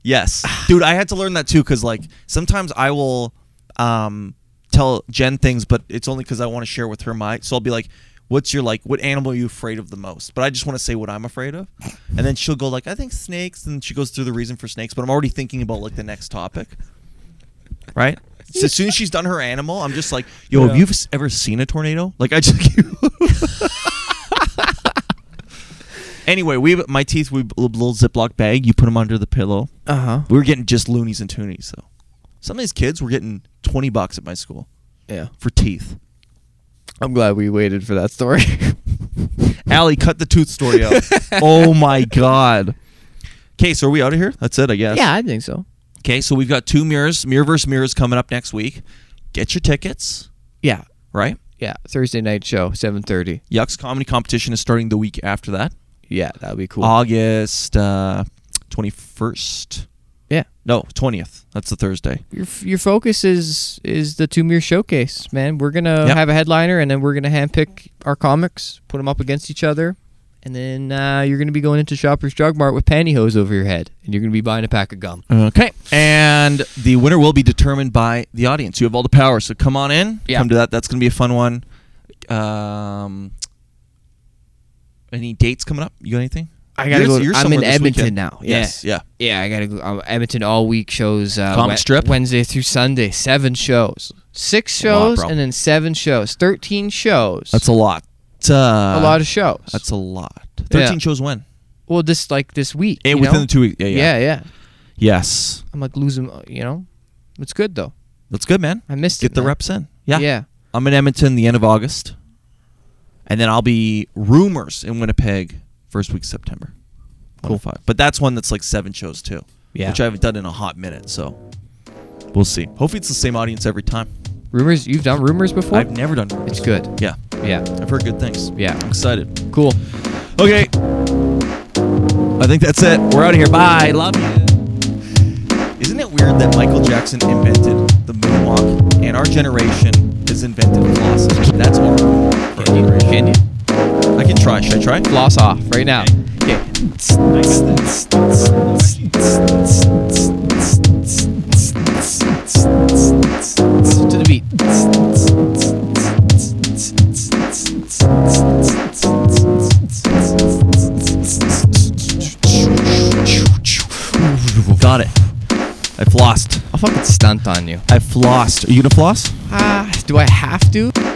[SPEAKER 4] Yes. Dude, I had to learn that too cuz like sometimes I will um tell Jen things but it's only cuz I want to share with her my so I'll be like what's your like what animal are you afraid of the most? But I just want to say what I'm afraid of. And then she'll go like I think snakes and she goes through the reason for snakes, but I'm already thinking about like the next topic. Right? So as soon as she's done her animal, I'm just like, "Yo, have you s- ever seen a tornado?" Like I just Anyway, we my teeth we a little Ziploc bag, you put them under the pillow.
[SPEAKER 3] uh-huh
[SPEAKER 4] We were getting just loonies and toonies though. Some of these kids were getting twenty bucks at my school
[SPEAKER 3] yeah
[SPEAKER 4] for teeth.
[SPEAKER 3] i'm glad we waited for that story
[SPEAKER 4] Allie, cut the tooth story out. oh my god. Okay, so are we out of here? That's it, I guess.
[SPEAKER 3] yeah i think so
[SPEAKER 4] Okay, so we've got two mirrors, mirror versus mirrors coming up next week. Get your tickets,
[SPEAKER 3] yeah
[SPEAKER 4] right?
[SPEAKER 3] yeah thursday night show 7.30
[SPEAKER 4] Yucks comedy competition is starting the week after that.
[SPEAKER 3] yeah that'd be cool
[SPEAKER 4] August uh twenty first.
[SPEAKER 3] yeah
[SPEAKER 4] No, twentieth. That's the Thursday.
[SPEAKER 3] your, f- your focus is is the two mirror showcase man we're gonna
[SPEAKER 4] Yeah.
[SPEAKER 3] have a headliner and then we're gonna handpick our comics put them up against each other and then uh, you're gonna be going into shoppers drug mart with pantyhose over your head and you're gonna be buying a pack of gum
[SPEAKER 4] Okay. And the winner will be determined by the audience. You have all the power, so come on in.
[SPEAKER 3] Yeah.
[SPEAKER 4] Come to that. That's going to be a fun one. Um, any dates coming up? You got anything?
[SPEAKER 3] I gotta
[SPEAKER 4] You're-
[SPEAKER 3] go.
[SPEAKER 4] you're
[SPEAKER 3] I'm
[SPEAKER 4] somewhere
[SPEAKER 3] in
[SPEAKER 4] this
[SPEAKER 3] Edmonton
[SPEAKER 4] weekend.
[SPEAKER 3] now. Yeah.
[SPEAKER 4] Yes. Yeah.
[SPEAKER 3] Yeah, I gotta go. Um, Edmonton all week shows. Uh,
[SPEAKER 4] Comic
[SPEAKER 3] Wed-
[SPEAKER 4] strip?
[SPEAKER 3] Wednesday through Sunday, seven shows, six
[SPEAKER 4] A lot,
[SPEAKER 3] shows,
[SPEAKER 4] bro.
[SPEAKER 3] and then seven shows, thirteen shows.
[SPEAKER 4] That's a lot. It's, Uh,
[SPEAKER 3] a lot of shows.
[SPEAKER 4] That's a lot. Thirteen
[SPEAKER 3] Yeah.
[SPEAKER 4] shows when?
[SPEAKER 3] well, this like this week.
[SPEAKER 4] Eh,
[SPEAKER 3] you
[SPEAKER 4] within
[SPEAKER 3] know?
[SPEAKER 4] the two weeks. Yeah, yeah.
[SPEAKER 3] Yeah. yeah,
[SPEAKER 4] Yes.
[SPEAKER 3] I'm like losing. uh, You know, it's good though.
[SPEAKER 4] That's good, man.
[SPEAKER 3] I missed
[SPEAKER 4] Get
[SPEAKER 3] it.
[SPEAKER 4] the
[SPEAKER 3] man.
[SPEAKER 4] reps in. Yeah.
[SPEAKER 3] Yeah.
[SPEAKER 4] I'm in Edmonton the end of August, and then I'll be rumors in Winnipeg first week of September. Cool. But that's one that's like seven shows too.
[SPEAKER 3] Yeah.
[SPEAKER 4] Which I haven't done in a hot minute, so we'll see. Hopefully it's the same audience every time.
[SPEAKER 3] Rumors. You've done rumors before.
[SPEAKER 4] I've never done.
[SPEAKER 3] it's good.
[SPEAKER 4] Yeah.
[SPEAKER 3] Yeah.
[SPEAKER 4] I've heard good things.
[SPEAKER 3] Yeah.
[SPEAKER 4] I'm excited.
[SPEAKER 3] Cool.
[SPEAKER 4] Okay. I think that's it. We're out of here. Bye. Love you. Isn't it weird that Michael Jackson invented the moonwalk and our generation has invented philosophy? That's all.
[SPEAKER 3] Can you, can you
[SPEAKER 4] I can try. Should I try?
[SPEAKER 3] floss off right now? Okay. To the beat.
[SPEAKER 4] Got it. I flossed.
[SPEAKER 3] I'll fucking stunt on you.
[SPEAKER 4] I flossed. Are you gonna floss?
[SPEAKER 3] Ah, do I have to?